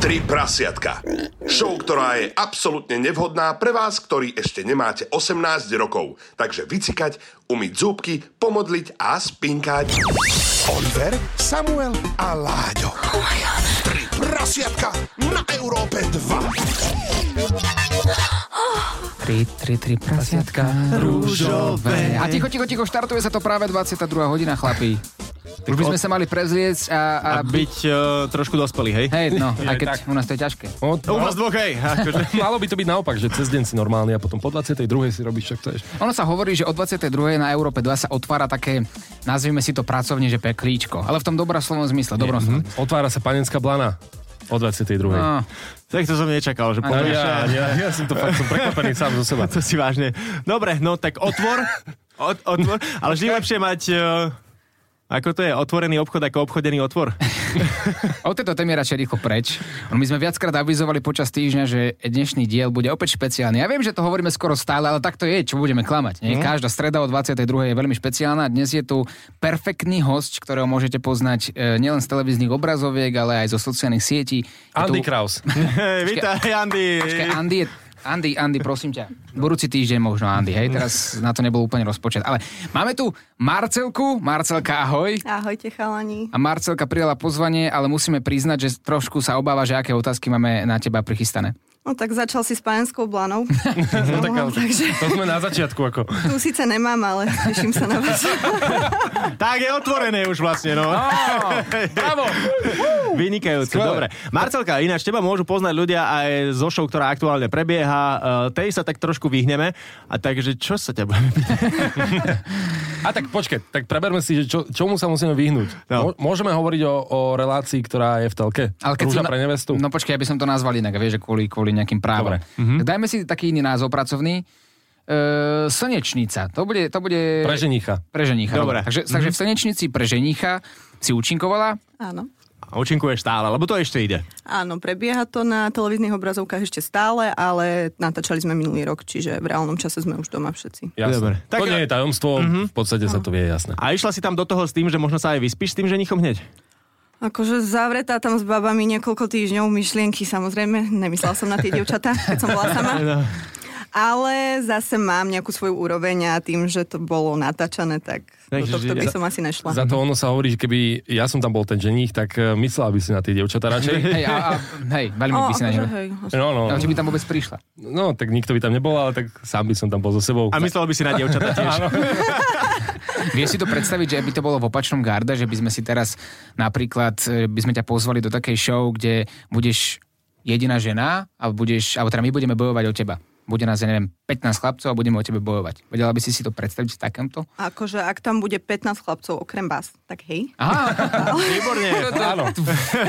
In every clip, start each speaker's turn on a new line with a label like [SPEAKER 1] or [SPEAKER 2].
[SPEAKER 1] Tri prasiatka. Show, ktorá je absolútne nevhodná pre vás, ktorí ešte nemáte 18 rokov. Takže vycikať, umyť zúbky, pomodliť a spinkať.
[SPEAKER 2] Oliver, Samuel a Láďo. Tri prasiatka na Európe 2.
[SPEAKER 3] 3, 3, 3 prasiatka rúžové.
[SPEAKER 4] A ticho, ticho, ticho, štartuje sa to práve 22. hodina, chlapí. Už by sme sa mali prezliecť a...
[SPEAKER 5] A byť uh, trošku dospelý, hej?
[SPEAKER 4] Hej, no, aj keď u nás to je ťažké.
[SPEAKER 5] Od, u vás dvoch, hej. Akože.
[SPEAKER 6] Malo by to byť naopak, že cez deň si normálny a potom po 22. si robíš, čo chceš.
[SPEAKER 4] Ono sa hovorí, že o 22. na Európe 2 sa otvára také, nazvime si to pracovne, že peklíčko. Ale v tom dobrá slovom zmysle,
[SPEAKER 6] Mhm.
[SPEAKER 4] dobrom slove.
[SPEAKER 6] Otvára sa panenská blana o 22. No.
[SPEAKER 5] Tak to som nečakal, že povieš.
[SPEAKER 6] Ja, ja, ja som to fakt som prekvapený sám zo seba.
[SPEAKER 5] To si vážne. Dobre, no tak otvor. Ot, otvor. Ale vždy lepšie mať... Uh, ako to je? Otvorený obchod ako obchodený otvor?
[SPEAKER 4] o tejto téme radšej rýchlo preč. My sme viackrát avizovali počas týždňa, že dnešný diel bude opäť špeciálny. Ja viem, že to hovoríme skoro stále, ale tak to je, čo budeme klamať. Nie? Mm. Každá streda o 22. je veľmi špeciálna. Dnes je tu perfektný host, ktorého môžete poznať e, nielen z televíznych obrazoviek, ale aj zo sociálnych sietí. Je
[SPEAKER 6] Andy
[SPEAKER 4] tu...
[SPEAKER 6] Kraus.
[SPEAKER 5] Hey, vítaj, Andy.
[SPEAKER 4] Počkaj, Andy je Andy, Andy, prosím ťa. Budúci týždeň možno, Andy, hej? Teraz na to nebol úplne rozpočet. Ale máme tu Marcelku. Marcelka, ahoj.
[SPEAKER 7] Ahojte, chalani.
[SPEAKER 4] A Marcelka prijala pozvanie, ale musíme priznať, že trošku sa obáva, že aké otázky máme na teba prichystané.
[SPEAKER 7] No tak začal si s panenskou blanou.
[SPEAKER 6] no, tak, takže... To sme na začiatku ako.
[SPEAKER 7] Tu síce nemám, ale teším sa na vás.
[SPEAKER 5] tak je otvorené už vlastne, no. no
[SPEAKER 4] bravo!
[SPEAKER 5] Vynikajúce, dobre. Marcelka, ináč teba môžu poznať ľudia aj zo show, ktorá aktuálne prebieha. Uh, tej sa tak trošku vyhneme. A takže čo sa ťa budeme
[SPEAKER 6] A tak počkaj, tak preberme si, že čo, čomu sa musíme vyhnúť. No. Môžeme hovoriť o, o relácii, ktorá je v telke.
[SPEAKER 4] Ale keď
[SPEAKER 6] Rúža
[SPEAKER 4] som,
[SPEAKER 6] pre nevestu.
[SPEAKER 4] No počkaj, ja by som to nazval inak, vieš, že kvôli, kvôli kvôli nejakým právom. Dobre.
[SPEAKER 6] mhm.
[SPEAKER 4] Mm-hmm. Dajme si taký iný názov pracovný. E, slnečnica. To bude, to bude...
[SPEAKER 6] Pre ženicha.
[SPEAKER 4] Pre ženicha.
[SPEAKER 5] Dobre.
[SPEAKER 4] Dobre. Takže, mm-hmm. takže v slnečnici pre ženicha si účinkovala.
[SPEAKER 7] Áno.
[SPEAKER 5] A účinkuješ stále, lebo to ešte ide.
[SPEAKER 7] Áno, prebieha to na televíznych obrazovkách ešte stále, ale natáčali sme minulý rok, čiže v reálnom čase sme už doma všetci.
[SPEAKER 6] Jasné. Dobre. Tak, to nie je tajomstvo, mm-hmm. v podstate no. sa to vie, jasné.
[SPEAKER 5] A išla si tam do toho s tým, že možno sa aj vyspíš s tým ženichom hneď?
[SPEAKER 7] Akože zavretá tam s babami niekoľko týždňov myšlienky, samozrejme. Nemyslela som na tie dievčatá, keď som bola sama. Ale zase mám nejakú svoju úroveň a tým, že to bolo natáčané, tak Takže, do tohto by som asi nešla.
[SPEAKER 6] Za to ono sa hovorí, že keby ja som tam bol ten ženich, tak myslela by si na tie dievčatá radšej.
[SPEAKER 4] Hej, a, a, hej veľmi
[SPEAKER 7] O,
[SPEAKER 4] by si na
[SPEAKER 7] akože
[SPEAKER 4] ňu.
[SPEAKER 7] hej,
[SPEAKER 6] No, no.
[SPEAKER 4] Ale či by tam vôbec prišla.
[SPEAKER 6] No, tak nikto by tam nebol, ale tak sám by som tam bol so sebou.
[SPEAKER 5] A myslel by si na dievčatá tiež.
[SPEAKER 4] Vieš si to predstaviť, že by to bolo v opačnom garde, že by sme si teraz napríklad, e, by sme ťa pozvali do takej show, kde budeš jediná žena a budeš, alebo teda my budeme bojovať o teba. Bude nás, ja neviem, 15 chlapcov a budeme o tebe bojovať. Vedela by si si to predstaviť v takomto?
[SPEAKER 7] Akože ak tam bude 15 chlapcov okrem vás, tak hej.
[SPEAKER 4] Aha,
[SPEAKER 5] Výborne.
[SPEAKER 6] Áno.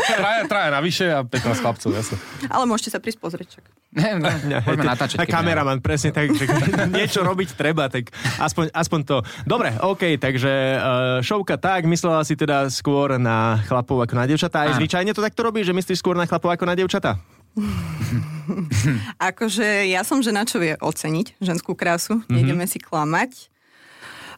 [SPEAKER 6] Traja, traja navyše a 15 chlapcov, jasne.
[SPEAKER 7] Ale môžete sa prísť pozrieť čak.
[SPEAKER 4] ne, no, poďme natáčať.
[SPEAKER 5] A
[SPEAKER 4] keď
[SPEAKER 5] kameraman, presne tak, že niečo robiť treba, tak aspoň, aspoň to. Dobre, OK, takže uh, šovka tak, myslela si teda skôr na chlapov ako na devčatá. Aj
[SPEAKER 4] Áno.
[SPEAKER 5] zvyčajne to takto robíš, že myslíš skôr na chlapov ako na devčatá?
[SPEAKER 7] Akože ja som žena, čo vie oceniť ženskú krásu, mm-hmm. nejdeme si klamať.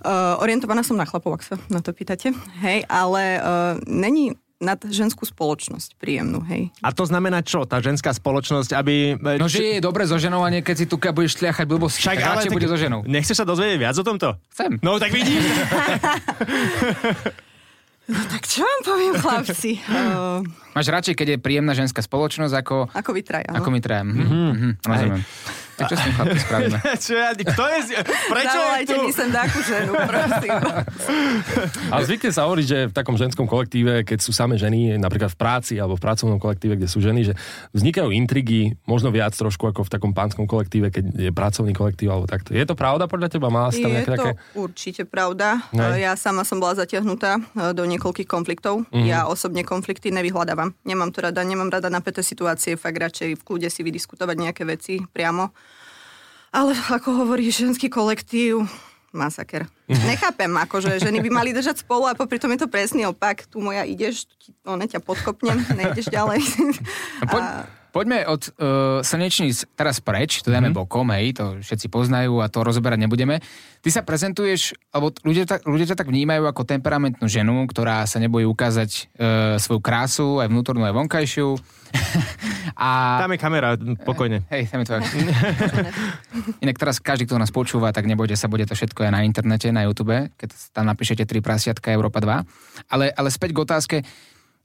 [SPEAKER 7] Uh, orientovaná som na chlapov, ak sa na to pýtate. Hej, ale uh, není nad ženskú spoločnosť príjemnú, hej.
[SPEAKER 5] A to znamená čo? Tá ženská spoločnosť, aby... eh,
[SPEAKER 4] nebudeme- No, že je dobre so ženou a nie, keď si tu budeš tliachať blbosť, tak radšej
[SPEAKER 5] tak-
[SPEAKER 4] bude so ženou.
[SPEAKER 5] Nechceš sa dozvedieť viac o tomto?
[SPEAKER 4] Chcem.
[SPEAKER 5] No tak vidíš.
[SPEAKER 7] Tak čo vám poviem, chlapci? Uh,
[SPEAKER 4] Máš radšej, keď je príjemná ženská spoločnosť, ako,
[SPEAKER 7] ako vy traja. no?
[SPEAKER 4] ako my trajem. Mm-hmm. Mm-hmm. Rozumiem. Tak čo s tým chlapci spravíme?
[SPEAKER 5] čo ja, kto je, z- prečo je
[SPEAKER 7] Zavolajte
[SPEAKER 5] tu?
[SPEAKER 7] mi sem takú ženu, prosím.
[SPEAKER 6] Ale zvykne sa hovoriť, že v takom ženskom kolektíve, keď sú same ženy, napríklad v práci alebo v pracovnom kolektíve, kde sú ženy, že vznikajú intrigy, možno viac trošku ako v takom pánskom kolektíve, keď je pracovný kolektív alebo takto. Je to pravda podľa teba? Má si tam
[SPEAKER 7] Je
[SPEAKER 6] nejaké
[SPEAKER 7] to
[SPEAKER 6] také...
[SPEAKER 7] určite pravda.
[SPEAKER 6] Hej.
[SPEAKER 7] E, Ja sama som bola zatiahnutá e, do niekoľkých konfliktov.
[SPEAKER 6] Mhm.
[SPEAKER 7] Ja osobne konflikty nevyhľadávam. Nemám to rada, nemám rada napäté situácie, fakt radšej v kľude si vydiskutovať nejaké veci priamo. Ale ako hovorí ženský kolektív, masaker.
[SPEAKER 6] Mhm.
[SPEAKER 7] Nechápem, akože ženy by mali držať spolu a popri tom je to presný opak. Tu moja ideš, tu ti- ona ťa podkopnem, nejdeš ďalej.
[SPEAKER 4] Poď,
[SPEAKER 7] A-
[SPEAKER 4] Poďme od uh, slnečníc teraz preč, to dáme mm. bokom, hej, to všetci poznajú a to rozoberať nebudeme. Ty sa prezentuješ, alebo t- ľudia, tak, ľudia ťa tak vnímajú ako temperamentnú ženu, ktorá sa nebojí ukázať uh, svoju krásu, aj vnútornú, aj vonkajšiu. a
[SPEAKER 5] Tam je kamera, pokojne.
[SPEAKER 4] Hej, tam je tvoja. Inak teraz každý, kto nás počúva, tak nebojte sa, bude to všetko aj na internete, na YouTube, keď tam napíšete 3 prasiatka Európa 2. Ale, ale späť k otázke,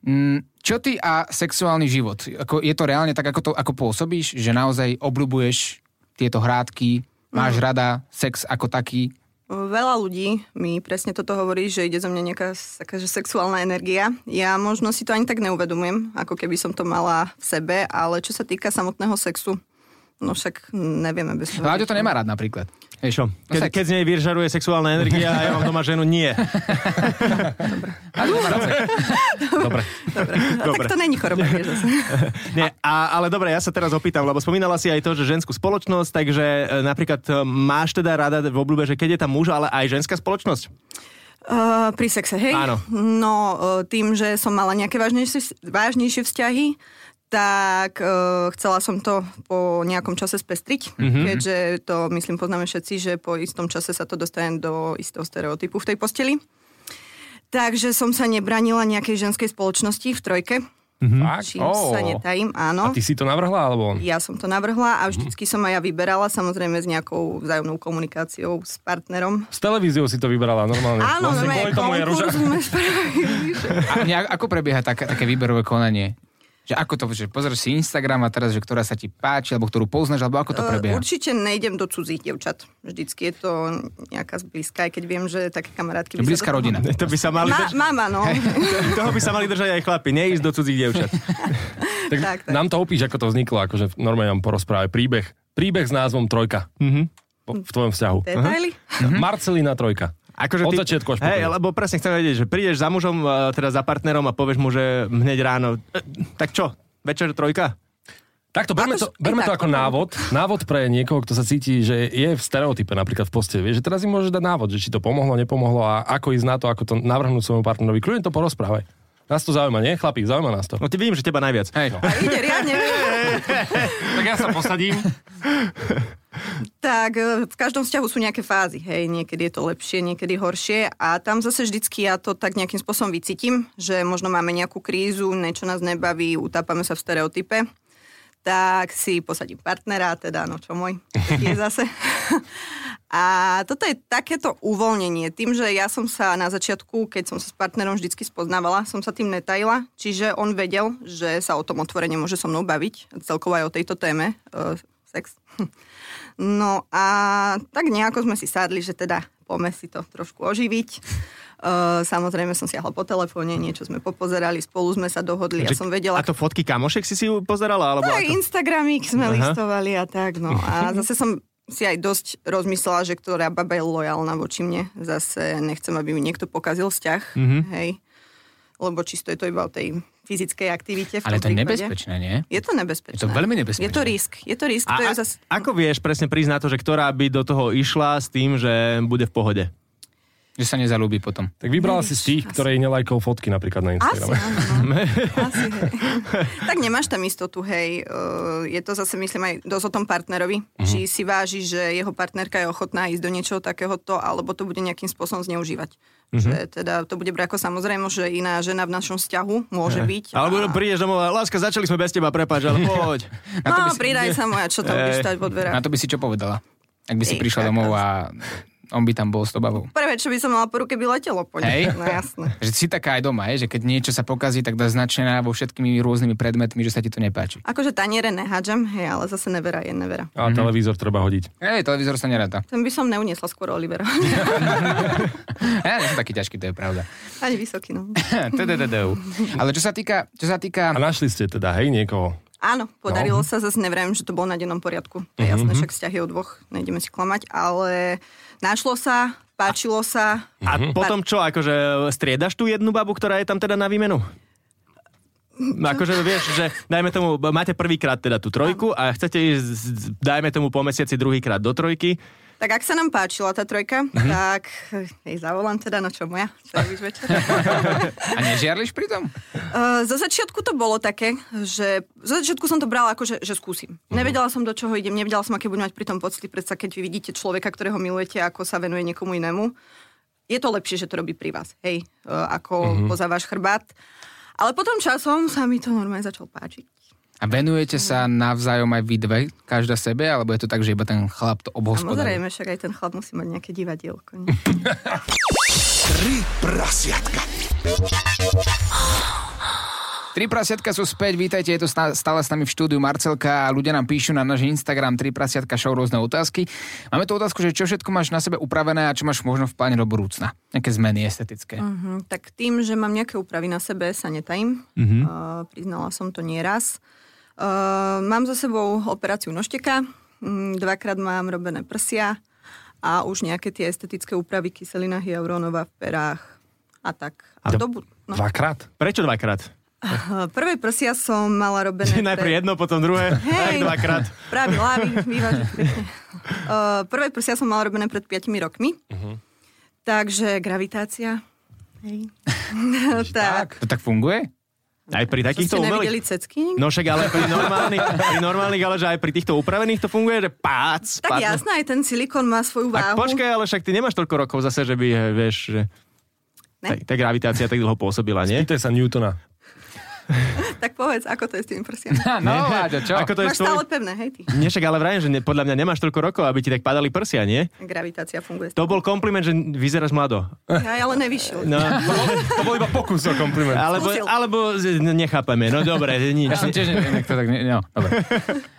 [SPEAKER 4] mm, čo ty a sexuálny život? Ako, je to reálne tak, ako, to, ako pôsobíš? Že naozaj obľubuješ tieto hrádky, máš rada sex ako taký?
[SPEAKER 7] Veľa ľudí mi presne toto hovorí, že ide zo mňa nejaká s- taká, že sexuálna energia. Ja možno si to ani tak neuvedomujem, ako keby som to mala v sebe, ale čo sa týka samotného sexu, no však nevieme bez toho.
[SPEAKER 4] Láďo to nemá rád napríklad. Vieš,
[SPEAKER 5] Čo?
[SPEAKER 4] No
[SPEAKER 5] Ke,
[SPEAKER 4] sex.
[SPEAKER 5] keď z nej vyržaruje sexuálna energia a ja mám doma ženu, nie.
[SPEAKER 4] Láďo nemá rád sex.
[SPEAKER 6] Dobre.
[SPEAKER 7] A
[SPEAKER 5] Dobre.
[SPEAKER 7] tak to není choroba, vieš zase.
[SPEAKER 5] nie. A, ale dobre, ja sa teraz opýtam, lebo spomínala si aj to, že ženskú spoločnosť, takže e, napríklad e, máš teda rada v obľúbe, že keď je tam muž, ale aj ženská spoločnosť?
[SPEAKER 7] Uh, pri sexe, hej?
[SPEAKER 5] Áno.
[SPEAKER 7] No, uh, tým, že som mala nejaké vážnejšie, vážnejšie vzťahy, tak uh, chcela som to po nejakom čase
[SPEAKER 6] Mhm.
[SPEAKER 7] spestriť, mm-hmm. keďže to, myslím, poznáme všetci, že po istom čase sa to dostane do istého stereotypu v tej posteli. Takže som sa nebranila nejakej ženskej spoločnosti v trojke,
[SPEAKER 6] Fakt?
[SPEAKER 7] čím
[SPEAKER 6] Ó.
[SPEAKER 7] sa netajím,
[SPEAKER 6] Mhm. A
[SPEAKER 7] áno.
[SPEAKER 6] ty Mhm. si to navrhla, alebo on?
[SPEAKER 7] Ja som to navrhla a vždycky som aj ja vyberala, samozrejme s nejakou vzájomnou komunikáciou s partnerom.
[SPEAKER 6] S televíziou si to vybrala normálne.
[SPEAKER 7] Áno, no,
[SPEAKER 6] vlastne
[SPEAKER 7] normálne
[SPEAKER 6] kvôli tomu je
[SPEAKER 7] konkurs
[SPEAKER 6] ruža.
[SPEAKER 7] sme spravili, že-
[SPEAKER 4] A nejak- ako prebieha tak, také výberové konanie? Že ako to, že pozrieš si Instagram a teraz, že ktorá sa ti páči, alebo ktorú poznáš, alebo ako to
[SPEAKER 7] E,
[SPEAKER 4] prebieha?
[SPEAKER 7] Určite nejdem do cudzích devčat. Vždycky je to nejaká zblízka, aj keď viem, že také kamarátky... by sa
[SPEAKER 4] Blízka
[SPEAKER 7] do toho-
[SPEAKER 4] rodina.
[SPEAKER 5] To by sa mali
[SPEAKER 7] Ma,
[SPEAKER 5] drž-
[SPEAKER 7] mama, no.
[SPEAKER 5] toho by sa mali držať aj chlapi, neísť do cudzích dievčat.
[SPEAKER 6] Tak,
[SPEAKER 7] Tak,
[SPEAKER 6] tak,
[SPEAKER 7] tak.
[SPEAKER 6] tak. Nám to opíš, ako to vzniklo, akože normálne nám porozprávaj príbeh. Príbeh s názvom Trojka. Po, v tvojom vzťahu.
[SPEAKER 7] Detaily?
[SPEAKER 6] Mhm. Marcelina Trojka.
[SPEAKER 7] Akože
[SPEAKER 6] Od začiatku až po
[SPEAKER 5] Akože Hej,
[SPEAKER 6] koniec.
[SPEAKER 5] lebo presne chcem vedieť, že prídeš za mužom, e, teda za partnerom a povieš mu, že hneď ráno, e, tak čo, večer trojka?
[SPEAKER 6] Takto, berme, to,
[SPEAKER 7] Akože-
[SPEAKER 6] berme
[SPEAKER 7] aj
[SPEAKER 6] to
[SPEAKER 7] tak,
[SPEAKER 6] ako
[SPEAKER 7] potom.
[SPEAKER 6] návod. Návod pre niekoho, kto sa cíti, že je v stereotype napríklad v posteli. Vieš, že teraz im môžeš dať návod, že či to pomohlo, nepomohlo a ako ísť na to, ako to navrhnúť svojmu partnerovi. Kľudne to porozprávaj. Nás to zaujíma, nie? Chlapík, zaujíma nás to.
[SPEAKER 5] No ty vidím, že teba najviac.
[SPEAKER 4] Hej,
[SPEAKER 7] A ide riadne.
[SPEAKER 6] Tak ja sa posadím.
[SPEAKER 7] tak e, v každom vzťahu sú nejaké fázy, hej, niekedy je to lepšie, niekedy horšie a tam zase vždycky ja to tak nejakým spôsobom vycítim, že možno máme nejakú krízu, niečo nás nebaví, utápame sa v stereotype tak si posadím partnera, teda no čo môj, je zase. A toto je takéto uvoľnenie. Tým, že ja som sa na začiatku, keď som sa s partnerom vždycky spoznávala, som sa tým netajila, čiže on vedel, že sa o tom otvorene môže so mnou baviť, celkovo aj o tejto téme, e, sex. No a tak nejako sme si sadli, že teda poďme si to trošku oživiť. E, samozrejme som siahla po telefóne, niečo sme popozerali, spolu sme sa dohodli, ja
[SPEAKER 5] Takže-
[SPEAKER 7] som
[SPEAKER 5] A
[SPEAKER 7] vedela,
[SPEAKER 5] to fotky kamošek si si ju pozerala? Alebo
[SPEAKER 7] No aj
[SPEAKER 5] ako?
[SPEAKER 7] Instagramík sme
[SPEAKER 5] Aha.
[SPEAKER 7] Aha. listovali a tak, no. A zase som si aj dosť rozmyslela, že ktorá baba je lojálna voči mne. Zase nechcem, aby mi niekto pokazil vzťah, mm-hmm. hej. Lebo čisto je to iba o tej fyzickej aktivite. V
[SPEAKER 4] ale
[SPEAKER 7] tom
[SPEAKER 4] to je
[SPEAKER 7] prípade.
[SPEAKER 4] nebezpečné, nie?
[SPEAKER 7] Je to nebezpečné.
[SPEAKER 4] Je to veľmi nebezpečné.
[SPEAKER 7] Je to risk. Je to risk.
[SPEAKER 5] A,
[SPEAKER 7] to
[SPEAKER 5] a
[SPEAKER 7] je zase...
[SPEAKER 5] ako vieš presne prísť na to, že ktorá by do toho išla s tým, že bude v pohode?
[SPEAKER 4] Že sa nezalúbi potom.
[SPEAKER 6] Tak vybrala si z tých, ktoré jej nelajkol fotky napríklad na
[SPEAKER 7] Asi,
[SPEAKER 6] Instagrame.
[SPEAKER 7] áno, no. Asi, hej. Tak nemáš tam istotu, hej. Eh, Je to zase, myslím, aj dosť o tom partnerovi.
[SPEAKER 4] Mhm.
[SPEAKER 7] Či si váži, že jeho partnerka je ochotná ísť do niečoho takéhoto, alebo to bude nejakým spôsobom zneužívať.
[SPEAKER 4] Mhm.
[SPEAKER 7] Že teda to bude brať ako samozrejme, že iná žena v našom vzťahu môže byť.
[SPEAKER 5] Alebo
[SPEAKER 7] a-
[SPEAKER 5] prídeš domov a láska, začali sme bez teba, prepáč, ale poď.
[SPEAKER 7] No, pridaj sa moja, čo tam
[SPEAKER 5] Ej.
[SPEAKER 7] budeš stať po
[SPEAKER 4] Na
[SPEAKER 7] dverách.
[SPEAKER 4] to by si čo povedala? Ak by si
[SPEAKER 7] Ty,
[SPEAKER 4] prišla
[SPEAKER 7] tak
[SPEAKER 4] domov
[SPEAKER 7] to-
[SPEAKER 4] a on by tam bol s obavou.
[SPEAKER 7] Prvé, čo by som mala po ruke, by letelo po ňom.
[SPEAKER 4] Hej.
[SPEAKER 7] No jasné.
[SPEAKER 4] Že si taká aj doma, je, že keď niečo sa pokazí, tak dá značená vo všetkými rôznymi predmetmi, že sa ti to nepáči.
[SPEAKER 7] Akože taniere nehádžem, hej, ale zase nevera je nevera.
[SPEAKER 6] A televízor treba hodiť.
[SPEAKER 4] Hej, televízor sa neráta.
[SPEAKER 7] Ten by som neuniesla skôr Olivera.
[SPEAKER 4] Ja nie som taký ťažký, to je pravda.
[SPEAKER 7] Ani vysoký, no.
[SPEAKER 4] Tadadadau. Ale čo sa týka, čo sa týka
[SPEAKER 6] A našli ste teda, hej, niekoho.
[SPEAKER 7] Áno, podarilo no. sa, zase neviem, že to bolo na dennom poriadku. To je jasné, však vzťahy od dvoch, nejdeme si klamať, ale našlo sa, páčilo sa.
[SPEAKER 5] A potom čo, akože striedaš tú jednu babu, ktorá je tam teda na výmenu?
[SPEAKER 7] Mm,
[SPEAKER 5] No Akože vieš, že dajme tomu, máte prvýkrát teda tú trojku a chcete ísť, z- z- dajme tomu po mesiaci druhýkrát do trojky,
[SPEAKER 7] Tak ak sa nám páčila tá trojka, mm-hmm. tak jej zavolám teda, no čo moja, čo robíš večer?
[SPEAKER 4] A nežiarliš pri tom?
[SPEAKER 7] Uh, zo začiatku to bolo také, že zo začiatku som to brala ako, že, že skúsim. Nevedela som, do čoho idem, nevedela som, aké budem mať pri tom pocity, predsa keď vy vidíte človeka, ktorého milujete, ako sa venuje niekomu inému. Je to lepšie, že to robí pri vás, hej, uh, ako mm-hmm. poza váš chrbát. Ale potom časom sa mi to normálne začalo páčiť.
[SPEAKER 4] A venujete sa navzájom aj vy dve, každá sebe, alebo je to tak, že iba ten chlap to obhospodári?
[SPEAKER 7] Samozrejme, však aj ten chlap musí mať nejaké divadielko. Nie?
[SPEAKER 2] Tri prasiatka.
[SPEAKER 4] Tri prasiatka sú späť, vítajte, je to sta- stále s nami v štúdiu Marcelka a ľudia nám píšu na náš Instagram Tri prasiatka show rôzne otázky. Máme tu otázku, že čo všetko máš na sebe upravené a čo máš možno v pláne do budúcna? Nejaké zmeny estetické.
[SPEAKER 7] Uh-huh. Tak tým, že mám nejaké úpravy na sebe, sa netajím.
[SPEAKER 5] Mhm.
[SPEAKER 7] Uh-huh. Uh, priznala som to nieraz. Uh, mám za sebou operáciu nožteka, mm, dvakrát mám robené prsia a už nejaké tie estetické úpravy kyselina hyaluronová v perách a tak. A
[SPEAKER 5] Dva-
[SPEAKER 7] do bu- no.
[SPEAKER 6] Dvakrát?
[SPEAKER 5] Prečo dvakrát?
[SPEAKER 7] Uh, Prvé prsia som mala robené...
[SPEAKER 5] Najprv
[SPEAKER 7] pre-
[SPEAKER 5] jedno, potom druhé, tak
[SPEAKER 7] Hej.
[SPEAKER 5] dvakrát.
[SPEAKER 7] Práve lávy, vyvážiť pekne. Uh, prvé prsia som mala robené pred 5 rokmi.
[SPEAKER 5] Mhm.
[SPEAKER 7] Takže gravitácia. Hej. tak.
[SPEAKER 4] To tak funguje?
[SPEAKER 5] Aj pri
[SPEAKER 7] Čo ste
[SPEAKER 5] takýchto
[SPEAKER 7] nevideli
[SPEAKER 5] umelých...
[SPEAKER 7] cecky? nikdy?
[SPEAKER 5] No však ale pri normálnych, pri normálnych, ale že aj pri týchto upravených to funguje, že pác.
[SPEAKER 7] tak
[SPEAKER 5] pác.
[SPEAKER 7] jasné, aj ten silikon má svoju
[SPEAKER 5] Tak
[SPEAKER 7] váhu.
[SPEAKER 5] počkaj, ale však ty nemáš toľko rokov zase, že by, eh, vieš, že...
[SPEAKER 7] Ne?
[SPEAKER 5] Tak, tá gravitácia tak dlho pôsobila, nie?
[SPEAKER 6] Pýtaj sa Newtona.
[SPEAKER 7] Tak povedz, ako to je s tým prsiami.
[SPEAKER 4] Ha, no, Láďo, čo?
[SPEAKER 5] Ako to je
[SPEAKER 7] Máš
[SPEAKER 5] s tvoj...
[SPEAKER 7] stále pevné, hej ty.
[SPEAKER 5] Nie, však ale vrajím, že ne, podľa mňa nemáš toľko rokov, aby ti tak padali prsia, nie?
[SPEAKER 7] Gravitácia funguje.
[SPEAKER 5] To bol kompliment, že vyzeráš mlado.
[SPEAKER 7] Ja ale nevyšiel.
[SPEAKER 5] No,
[SPEAKER 6] To bol iba pokus o kompliment.
[SPEAKER 5] alebo,
[SPEAKER 7] Skúsil.
[SPEAKER 5] alebo z- nechápeme, no dobre, nič.
[SPEAKER 4] Ja som tiež neviem, jak to tak... Ne, no, dobre.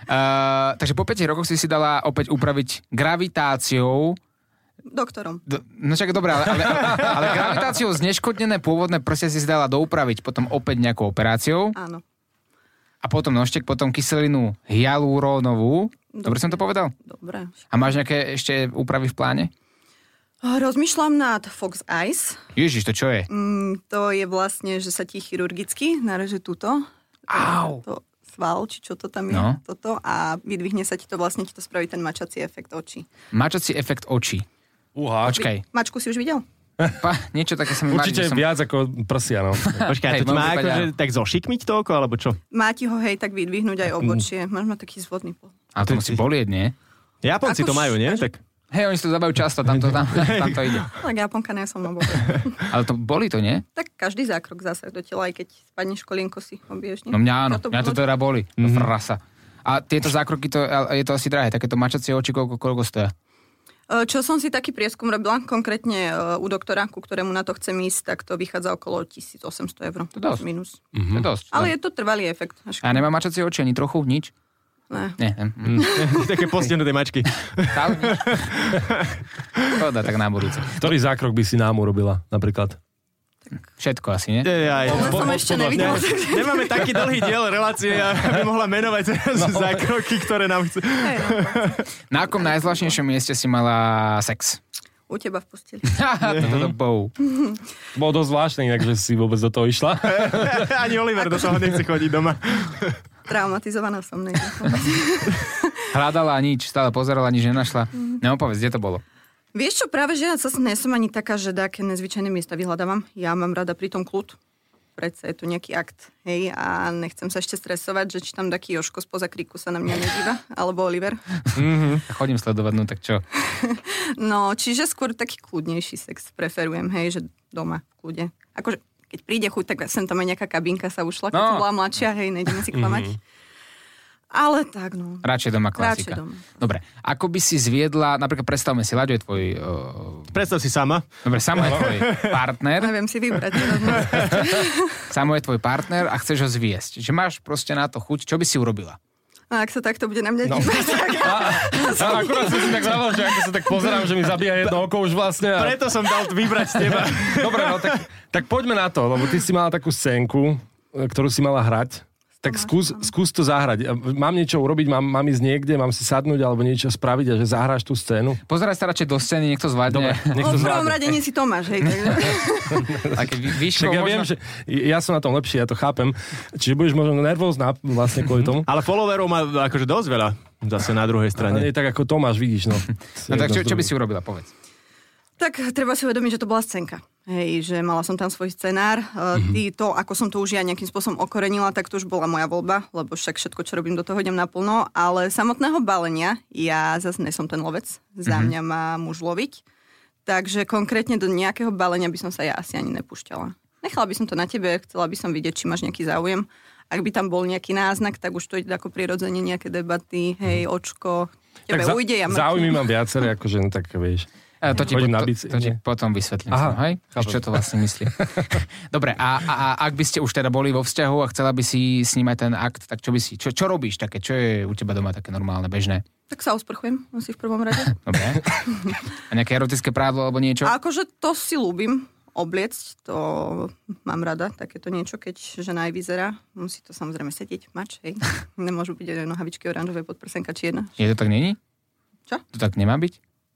[SPEAKER 4] Uh, takže po 5 rokoch si si dala opäť upraviť gravitáciou
[SPEAKER 7] Doktorom.
[SPEAKER 4] D- No však dobre, ale, ale, ale gravitáciou zneškodnené pôvodné prsia si si dala doupraviť potom opäť nejakou operáciou
[SPEAKER 7] Áno.
[SPEAKER 4] a potom nožtek, potom kyselinu hyalurónovú. Dobre som to povedal?
[SPEAKER 7] Dobre.
[SPEAKER 4] A máš nejaké ešte úpravy v pláne?
[SPEAKER 7] Rozmýšľam nad Fox Eyes.
[SPEAKER 4] Ježiš, to čo je?
[SPEAKER 7] Mm, to je vlastne, že sa ti chirurgicky nareže túto. Au. To sval, či čo to tam je,
[SPEAKER 4] No.
[SPEAKER 7] toto a vydvihne sa ti to vlastne, ti to spraví ten mačací efekt očí.
[SPEAKER 4] Mačací efekt očí.
[SPEAKER 6] Uha.
[SPEAKER 4] Počkaj,
[SPEAKER 7] Mačku si už videl?
[SPEAKER 4] pa, niečo také sa mi mári, že
[SPEAKER 6] Určite
[SPEAKER 4] som...
[SPEAKER 6] viac ako prsia, no.
[SPEAKER 5] Počkaj,
[SPEAKER 4] Hej,
[SPEAKER 5] to ti
[SPEAKER 4] mám
[SPEAKER 5] má
[SPEAKER 4] prípade,
[SPEAKER 5] akože tak zošikmiť to oko, alebo čo?
[SPEAKER 7] Má ti ho hej tak
[SPEAKER 5] Mm.
[SPEAKER 7] vydvihnúť aj obočie. Máš ma taký zvodný pohľad.
[SPEAKER 4] Ale to musí bolieť, nie?
[SPEAKER 5] Japonci to
[SPEAKER 7] Ako
[SPEAKER 5] majú, nie? Tak,
[SPEAKER 7] škaže-
[SPEAKER 4] Hej, oni si to zabajú často, tam to, tam, tam to ide.
[SPEAKER 7] Tak Japonka nie som mnou
[SPEAKER 4] Ale to boli to, nie?
[SPEAKER 7] Tak každý zákrok zásah do tela, aj keď spadneš kolienko si obiješ. nie?
[SPEAKER 4] No mňa áno,
[SPEAKER 7] Ja to
[SPEAKER 4] mňa to
[SPEAKER 7] bolo-
[SPEAKER 4] teda boli.
[SPEAKER 6] Mhm.
[SPEAKER 4] Mm-hmm. Frasa. A tieto zákroky, to, ale je to asi drahé, takéto mačacie oči, koľko, koľko stoja?
[SPEAKER 7] E, Čo som si taký prieskum robila, konkrétne e, u doktora, ku ktorému na to chcem ísť, tak to vychádza okolo 1800 eur.
[SPEAKER 4] To dosť.
[SPEAKER 7] Minus.
[SPEAKER 6] Mhm.
[SPEAKER 4] Mm-hmm. To je dosť.
[SPEAKER 7] Ale je to trvalý efekt. Až...
[SPEAKER 4] A nemá mačacie oči ani trochu? Nič?
[SPEAKER 7] Ne.
[SPEAKER 4] Nie. Mm.
[SPEAKER 5] také postihnuté mačky.
[SPEAKER 4] Stále nič. Škoda, tak na budúce.
[SPEAKER 6] Ktorý zákrok by si nám urobila, napríklad?
[SPEAKER 4] Všetko asi, nie?
[SPEAKER 5] Ej, aj,
[SPEAKER 7] Ale
[SPEAKER 5] po-
[SPEAKER 7] som ešte nevidela. takže-
[SPEAKER 5] Nemáme taký dlhý diel relácie, aby mohla menovať teraz no. zákroky, ktoré nám chce.
[SPEAKER 4] Na akom najzvláštnejšom mieste si mala sex?
[SPEAKER 7] U teba v posteli.
[SPEAKER 4] Toto bou.
[SPEAKER 6] Bolo dosť zvláštne, inak, že si vôbec do toho išla.
[SPEAKER 5] Ani Oliver do toho nechce chodiť doma.
[SPEAKER 7] Traumatizovaná som nejde.
[SPEAKER 4] Hľadala nič, stále pozerala, nič nenašla. Neopovedz, kde to bolo?
[SPEAKER 7] Vieš čo, práve že ja sa nie som ani taká, že také nezvyčajné miesta vyhľadávam. Ja mám rada pri tom kľud. Predsa je to nejaký akt, hej, a nechcem sa ešte stresovať, že či tam taký Joško spoza kríku sa na mňa nedíva, alebo Oliver.
[SPEAKER 4] Chodím sledovať, no tak čo?
[SPEAKER 7] No, čiže skôr taký kľudnejší sex preferujem, hej, že doma v kľude. Akože, keď príde chuť, tak sem tam aj nejaká kabinka sa ušla, keď
[SPEAKER 4] No.
[SPEAKER 7] no. som bola mladšia, hej, nejdeme si klamať. Ale tak, no.
[SPEAKER 4] Radšej doma klasika.
[SPEAKER 7] Radšej doma.
[SPEAKER 4] Dobre, ako by si zviedla, napríklad predstavme si, Laďo je tvoj, uh,
[SPEAKER 5] Predstav si sama.
[SPEAKER 4] dobre, Samo je tvoj partner,
[SPEAKER 7] Neviem si vybrať. teraz, no.
[SPEAKER 4] Samo je tvoj partner a chceš ho zviesť. Že máš proste na to chuť, čo by si urobila?
[SPEAKER 7] A ak sa takto bude na mňa dívať, tak...
[SPEAKER 6] A akurát som si tak zavolal, že ako sa tak pozerám, že mi zabíja jedno oko už vlastne. A...
[SPEAKER 5] Preto som dal vybrať z teba.
[SPEAKER 6] Dobre, no tak, tak poďme na to, lebo ty si mala takú scénku, e, ktorú si mala hrať. Tak skús, skús to zahrať. A Mám niečo urobiť, mám, mám ísť niekde, mám si sadnúť alebo niečo spraviť a že zahráš tú scénu.
[SPEAKER 4] Pozeraj sa radšej do scény, nech to zvládne.
[SPEAKER 6] Dobre, nech to
[SPEAKER 7] No, v
[SPEAKER 6] zvládne.
[SPEAKER 7] prvom rade nie si Tomáš, hej. Takže...
[SPEAKER 4] A keď vy- vyšlo
[SPEAKER 6] Však ja
[SPEAKER 4] možno...
[SPEAKER 6] viem, že ja som na tom
[SPEAKER 4] Mhm.
[SPEAKER 6] lepší, ja to chápem. Čiže budeš možno nervózna vlastne kvôli tomu.
[SPEAKER 5] Ale followerov má akože dosť veľa. zase na druhej
[SPEAKER 6] Ale
[SPEAKER 5] strane.
[SPEAKER 6] nie tak ako Tomáš, vidíš, no.
[SPEAKER 4] No tak čo, čo by si urobila, povedz.
[SPEAKER 7] Tak treba si uvedomiť, že to bola scénka. Hej, že mala som tam svoj scenár. Mm-hmm. Tý, to, ako som to už ja nejakým spôsobom okorenila, tak to už bola moja voľba, lebo však všetko, čo robím, do toho idem naplno. Ale samotného balenia, ja zase nesom ten lovec, za mm-hmm. mňa má muž loviť. Takže konkrétne do nejakého balenia by som sa ja asi ani nepúšťala. Nechala by som to na tebe, chcela by som vidieť, či máš nejaký záujem. Ak by tam bol nejaký náznak, tak už to ide ako prirodzene nejaké debaty, hej, očko, tebe
[SPEAKER 6] za-
[SPEAKER 7] ujde, ja mrknem.
[SPEAKER 6] Záujmy mám viaceré, akože, no tak vieš.
[SPEAKER 4] E, To ti, po,
[SPEAKER 6] Chodím na
[SPEAKER 4] to,
[SPEAKER 6] bici-
[SPEAKER 4] to ti
[SPEAKER 6] nie.
[SPEAKER 4] potom vysvetlím.
[SPEAKER 6] Aha,
[SPEAKER 4] Aha, hej? Že Čo to vlastne myslí. Dobre, a, a, a ak by ste už teda boli vo vzťahu a chcela by si snímať ten akt, tak čo by si, čo, čo robíš také, čo je u teba doma také normálne, bežné?
[SPEAKER 7] Tak sa osprchujem asi v prvom rade.
[SPEAKER 4] Dobre. A nejaké erotické prádlo alebo niečo?
[SPEAKER 7] A akože to si ľúbim obliecť, to mám rada, takéto niečo, keď žena aj vyzerá. Musí to samozrejme sedieť, mač, hej. Nemôžu byť aj nohavičky oranžové, podprsenka čierna.
[SPEAKER 4] Je to tak není?
[SPEAKER 7] Čo?
[SPEAKER 4] To tak nemá byť?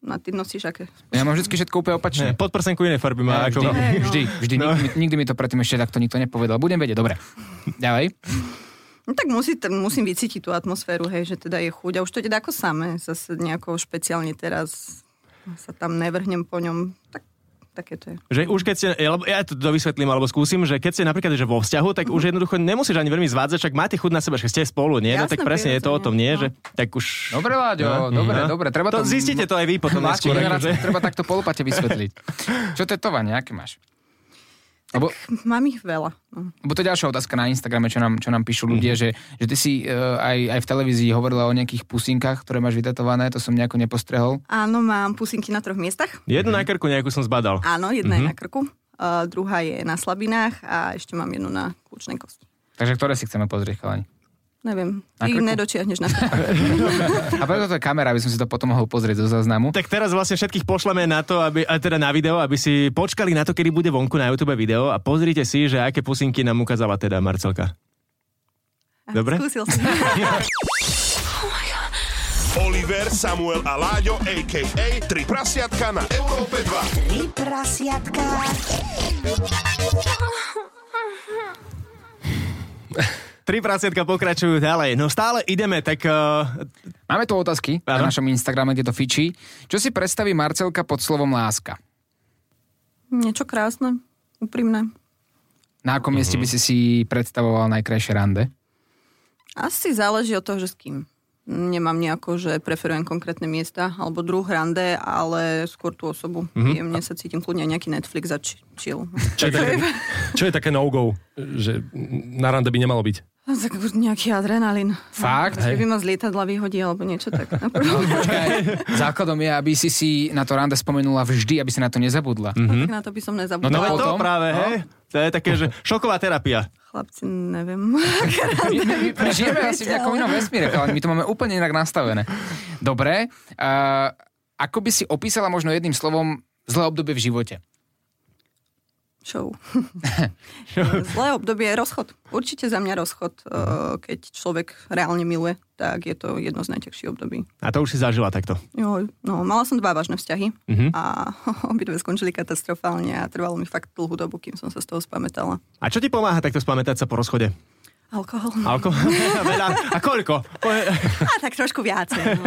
[SPEAKER 7] No a ty nosíš aké?
[SPEAKER 4] Ja mám vždy všetko úplne opačné.
[SPEAKER 5] Nie, podprsenku inej farby má.
[SPEAKER 4] Ja,
[SPEAKER 5] Ako...
[SPEAKER 4] vždy,
[SPEAKER 7] Hej, no.
[SPEAKER 4] vždy, vždy, no. nikdy, mi- nikdy mi to predtým ešte takto nikto nepovedal. Budem vedieť, dobre. Ďalej.
[SPEAKER 7] No tak musí, t- musím vycítiť tú atmosféru, hej, že teda je chuť. A už to ide ako samé, zase nejako špeciálne teraz sa tam nevrhnem po ňom. Tak, také to je.
[SPEAKER 5] Že už keď ste, ja, lebo ja to dovysvetlím alebo skúsim, že keď ste napríklad že vo vzťahu, tak už jednoducho nemusíš ani veľmi zvádzať, však máte chud na seba, že ste spolu, nie? no
[SPEAKER 7] Jasné,
[SPEAKER 5] tak presne je to o tom, nie? Že,
[SPEAKER 7] prirodzene,
[SPEAKER 5] tak už...
[SPEAKER 4] Dobre, Láďo, dobre, dobre, treba
[SPEAKER 5] to...
[SPEAKER 4] to-
[SPEAKER 5] Zistíte to aj vy potom
[SPEAKER 4] Mladšie
[SPEAKER 5] neskôr.
[SPEAKER 4] generácie
[SPEAKER 5] akože.
[SPEAKER 4] treba takto polopate vysvetliť. Čo tetovanie, aké máš? Lebo,
[SPEAKER 7] Mám ich veľa. No.
[SPEAKER 4] lebo to je ďalšia otázka na Instagrame, čo nám, čo nám píšu
[SPEAKER 5] Mhm.
[SPEAKER 4] ľudia, že, že ty si uh, aj, aj v televízii hovorila o nejakých pusinkách, ktoré máš vytetované, to som nejako nepostrehol.
[SPEAKER 7] Áno, mám pusinky na troch miestach.
[SPEAKER 5] Jednu na krku nejakú som zbadal.
[SPEAKER 7] Áno, jedna mm-hmm. je na krku, uh, druhá je na slabinách a ešte mám jednu na kľúčnej kosti.
[SPEAKER 4] Takže ktoré si chceme pozrieť, chalani?
[SPEAKER 7] Neviem,
[SPEAKER 4] Na
[SPEAKER 7] ty ich
[SPEAKER 4] krku?
[SPEAKER 7] nedočiahneš na krku.
[SPEAKER 4] A preto to je kamera, aby som si to potom mohol pozrieť zo záznamu.
[SPEAKER 5] Tak teraz vlastne všetkých pošleme na to, aby, a teda na video, aby si počkali na to, kedy bude vonku na YouTube video a pozrite si, že aké pusinky nám ukázala teda Marcelka. Dobre?
[SPEAKER 7] Skúsil som.
[SPEAKER 1] Oliver, Samuel a Láďo, a.k.a. Tri prasiatka na Európe 2.
[SPEAKER 8] Tri prasiatka.
[SPEAKER 5] Tri prasiatka pokračujú ďalej. No stále ideme, tak uh,
[SPEAKER 4] Máme tu otázky
[SPEAKER 5] Áno.
[SPEAKER 4] na našom Instagrame, kde to fičí. Čo si predstaví Marcelka pod slovom láska?
[SPEAKER 7] Niečo krásne, úprimné.
[SPEAKER 4] Na
[SPEAKER 5] Mhm.
[SPEAKER 4] akom mieste by si si predstavoval najkrajšie rande?
[SPEAKER 7] Asi záleží od toho, že s kým. Nemám nejako, že preferujem konkrétne miesta alebo druh rande, ale skôr tú osobu.
[SPEAKER 4] Mhm.
[SPEAKER 7] Mm-hmm. Jemne sa cítim kľudne aj nejaký Netflix a či- chill.
[SPEAKER 6] Čo je také, čo je také no-go, že na rande by nemalo byť?
[SPEAKER 7] Tak nejaký adrenalín.
[SPEAKER 4] Fakt?
[SPEAKER 7] Že by ma z lietadla vyhodil alebo niečo tak. Na prvom
[SPEAKER 4] Počkaj, základom je, aby si si na to rande spomenula vždy, aby si na to nezabudla. Mm.
[SPEAKER 7] mm-hmm. na to by som nezabudla.
[SPEAKER 5] no
[SPEAKER 4] No
[SPEAKER 5] veď to
[SPEAKER 4] potom?
[SPEAKER 5] práve,
[SPEAKER 4] No.
[SPEAKER 5] hej? To je také, že šoková terapia.
[SPEAKER 7] Chlapci, neviem. aké rande
[SPEAKER 4] My, my, my žijeme asi v nejakom inom vesmíre, ale my to máme úplne inak nastavené. Dobre, uh, ako by si opísala možno jedným slovom zlé obdobie v živote?
[SPEAKER 7] show. Zlé obdobie je rozchod. Určite za mňa rozchod. E,
[SPEAKER 5] Mhm.
[SPEAKER 7] Keď človek reálne miluje, tak je to jedno z najťažších období.
[SPEAKER 5] A to už si zažila takto.
[SPEAKER 7] Jo, no, mala som dva vážne vzťahy
[SPEAKER 5] Mhm.
[SPEAKER 7] a obidve skončili katastrofálne a trvalo mi fakt dlhú dobu, kým som sa z toho spamätala.
[SPEAKER 5] A čo ti pomáha takto spamätať sa po rozchode?
[SPEAKER 7] Alkohol.
[SPEAKER 5] Alko? Veľa. A koľko? Po-
[SPEAKER 7] A tak trošku viacej.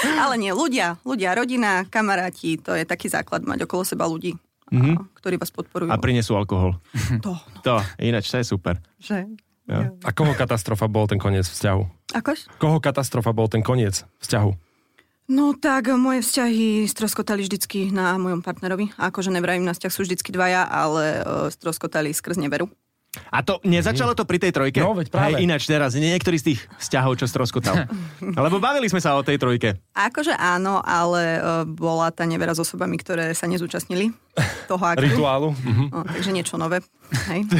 [SPEAKER 7] No. Ale nie, ľudia, ľudia, rodina, kamaráti, to je taký základ mať okolo seba ľudí, a, ktorí vás podporujú.
[SPEAKER 5] Mhm. A prinesú alkohol.
[SPEAKER 7] To, no,
[SPEAKER 5] To, ináč, to je super.
[SPEAKER 7] že...
[SPEAKER 5] Jo.
[SPEAKER 6] A koho katastrofa bol ten koniec vzťahu?
[SPEAKER 7] Akož?
[SPEAKER 6] Koho katastrofa bol ten koniec vzťahu?
[SPEAKER 7] No tak, moje vzťahy stroskotali vždycky na mojom partnerovi. A Akože nevrajím, na vzťah sú vždycky dvaja, ale e, stroskotali skrz neveru.
[SPEAKER 5] A to nezačalo to pri tej trojke?
[SPEAKER 6] No, veď
[SPEAKER 5] Hej,
[SPEAKER 6] práve.
[SPEAKER 5] ináč teraz, nie- niektorý z tých vzťahov, čo stroskotal. Lebo bavili sme sa o tej trojke.
[SPEAKER 7] A Akože áno, ale e, bola tá nevera s osobami, ktoré sa nezúčastnili toho aktu.
[SPEAKER 6] Rituálu? Mhm.
[SPEAKER 7] No, takže niečo nové. Hej.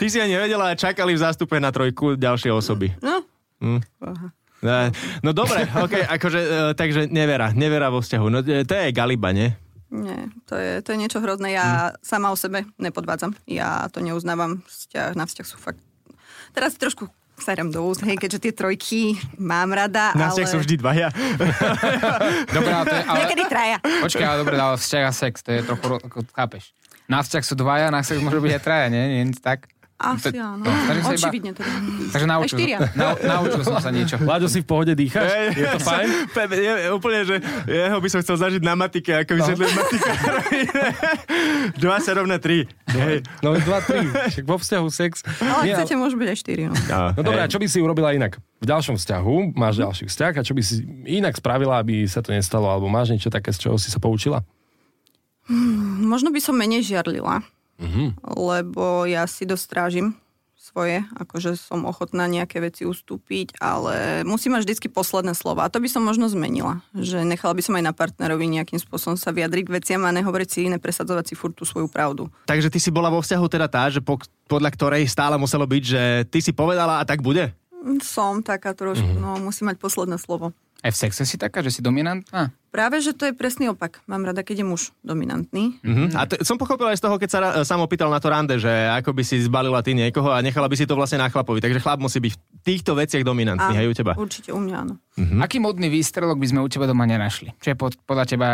[SPEAKER 5] Ty si ani nevedela, čakali v zástupe na trojku ďalšie osoby.
[SPEAKER 7] No,
[SPEAKER 5] Mm. Eh, No dobre, okay, akože, eh, takže nevera, nevera vo vzťahu. No eh, to je galiba, nie?
[SPEAKER 7] nie, to je, to je niečo
[SPEAKER 5] Mm.
[SPEAKER 7] hrozné. Ja sama o sebe nepodvádzam. Ja to neuznávam. Vzťah, na vzťah sú fakt... Teraz trošku serem do úst, hej, keďže tie trojky mám rada,
[SPEAKER 5] Na
[SPEAKER 7] ale...
[SPEAKER 5] vzťah sú vždy dvaja.
[SPEAKER 4] Dobre, ale, to je, ale
[SPEAKER 7] Niekedy traja.
[SPEAKER 4] počkaj, ale dobre, ale vzťah a sex, to je trochu, ro- ako, chápeš. Na vzťah sú dvaja, na sex môže byť aj traja, nie? nie tak?
[SPEAKER 7] Asi áno.
[SPEAKER 4] takže sa iba-
[SPEAKER 7] Očividne teda.
[SPEAKER 4] Takže naučil,
[SPEAKER 7] štyria.
[SPEAKER 4] nau, naučil som sa niečo.
[SPEAKER 6] Láďo, si v pohode dýchaš?
[SPEAKER 5] Hej,
[SPEAKER 6] Je to fajn?
[SPEAKER 5] Pe- je, je úplne, že jeho by som chcel zažiť na matike, ako vysvetliť no. matikárovi. 2 sa rovná 3. Hej.
[SPEAKER 6] No, dva, tri. Však vo vzťahu sex.
[SPEAKER 7] Ale ak
[SPEAKER 6] Nie,
[SPEAKER 7] chcete, môže byť aj štyri. No.
[SPEAKER 4] Mhm.
[SPEAKER 6] No dobré, a čo by si urobila inak? V ďalšom vzťahu máš ďalší vzťah a čo by si inak spravila, aby sa to nestalo? Alebo máš niečo také, z čoho si sa poučila?
[SPEAKER 7] Možno by som menej žiarlila, lebo ja si dostrážim svoje, akože som ochotná nejaké veci ustúpiť, ale musí mať vždycky posledné slova. A to by som možno zmenila, že nechala by som aj na partnerovi nejakým spôsobom sa vyjadriť k veciam a nehovoriť si iné, presadzovať si furt tú svoju pravdu.
[SPEAKER 5] Takže ty si bola vo vzťahu teda tá, že po, podľa ktorej stále muselo byť, že ty si povedala a tak bude?
[SPEAKER 7] Mm, Som taká trošku, no musí mať posledné slovo.
[SPEAKER 4] Aj v sexe si taká, že si dominantná?
[SPEAKER 7] Práve, že to je presný opak. Mám rada, keď je muž dominantný.
[SPEAKER 5] Mm-hmm. A t- som pochopil aj z toho, keď sa ra- e, sám opýtal na to rande, že ako by si zbalila ty niekoho a nechala by si to vlastne na chlapovi. Takže chlap musí byť v týchto veciach dominantný,
[SPEAKER 7] Áno,
[SPEAKER 5] hej, u teba.
[SPEAKER 7] Určite u mňa áno.
[SPEAKER 4] Mm-hmm. Aký modný výstrelok by sme u teba doma nenašli? Čo je pod, podľa teba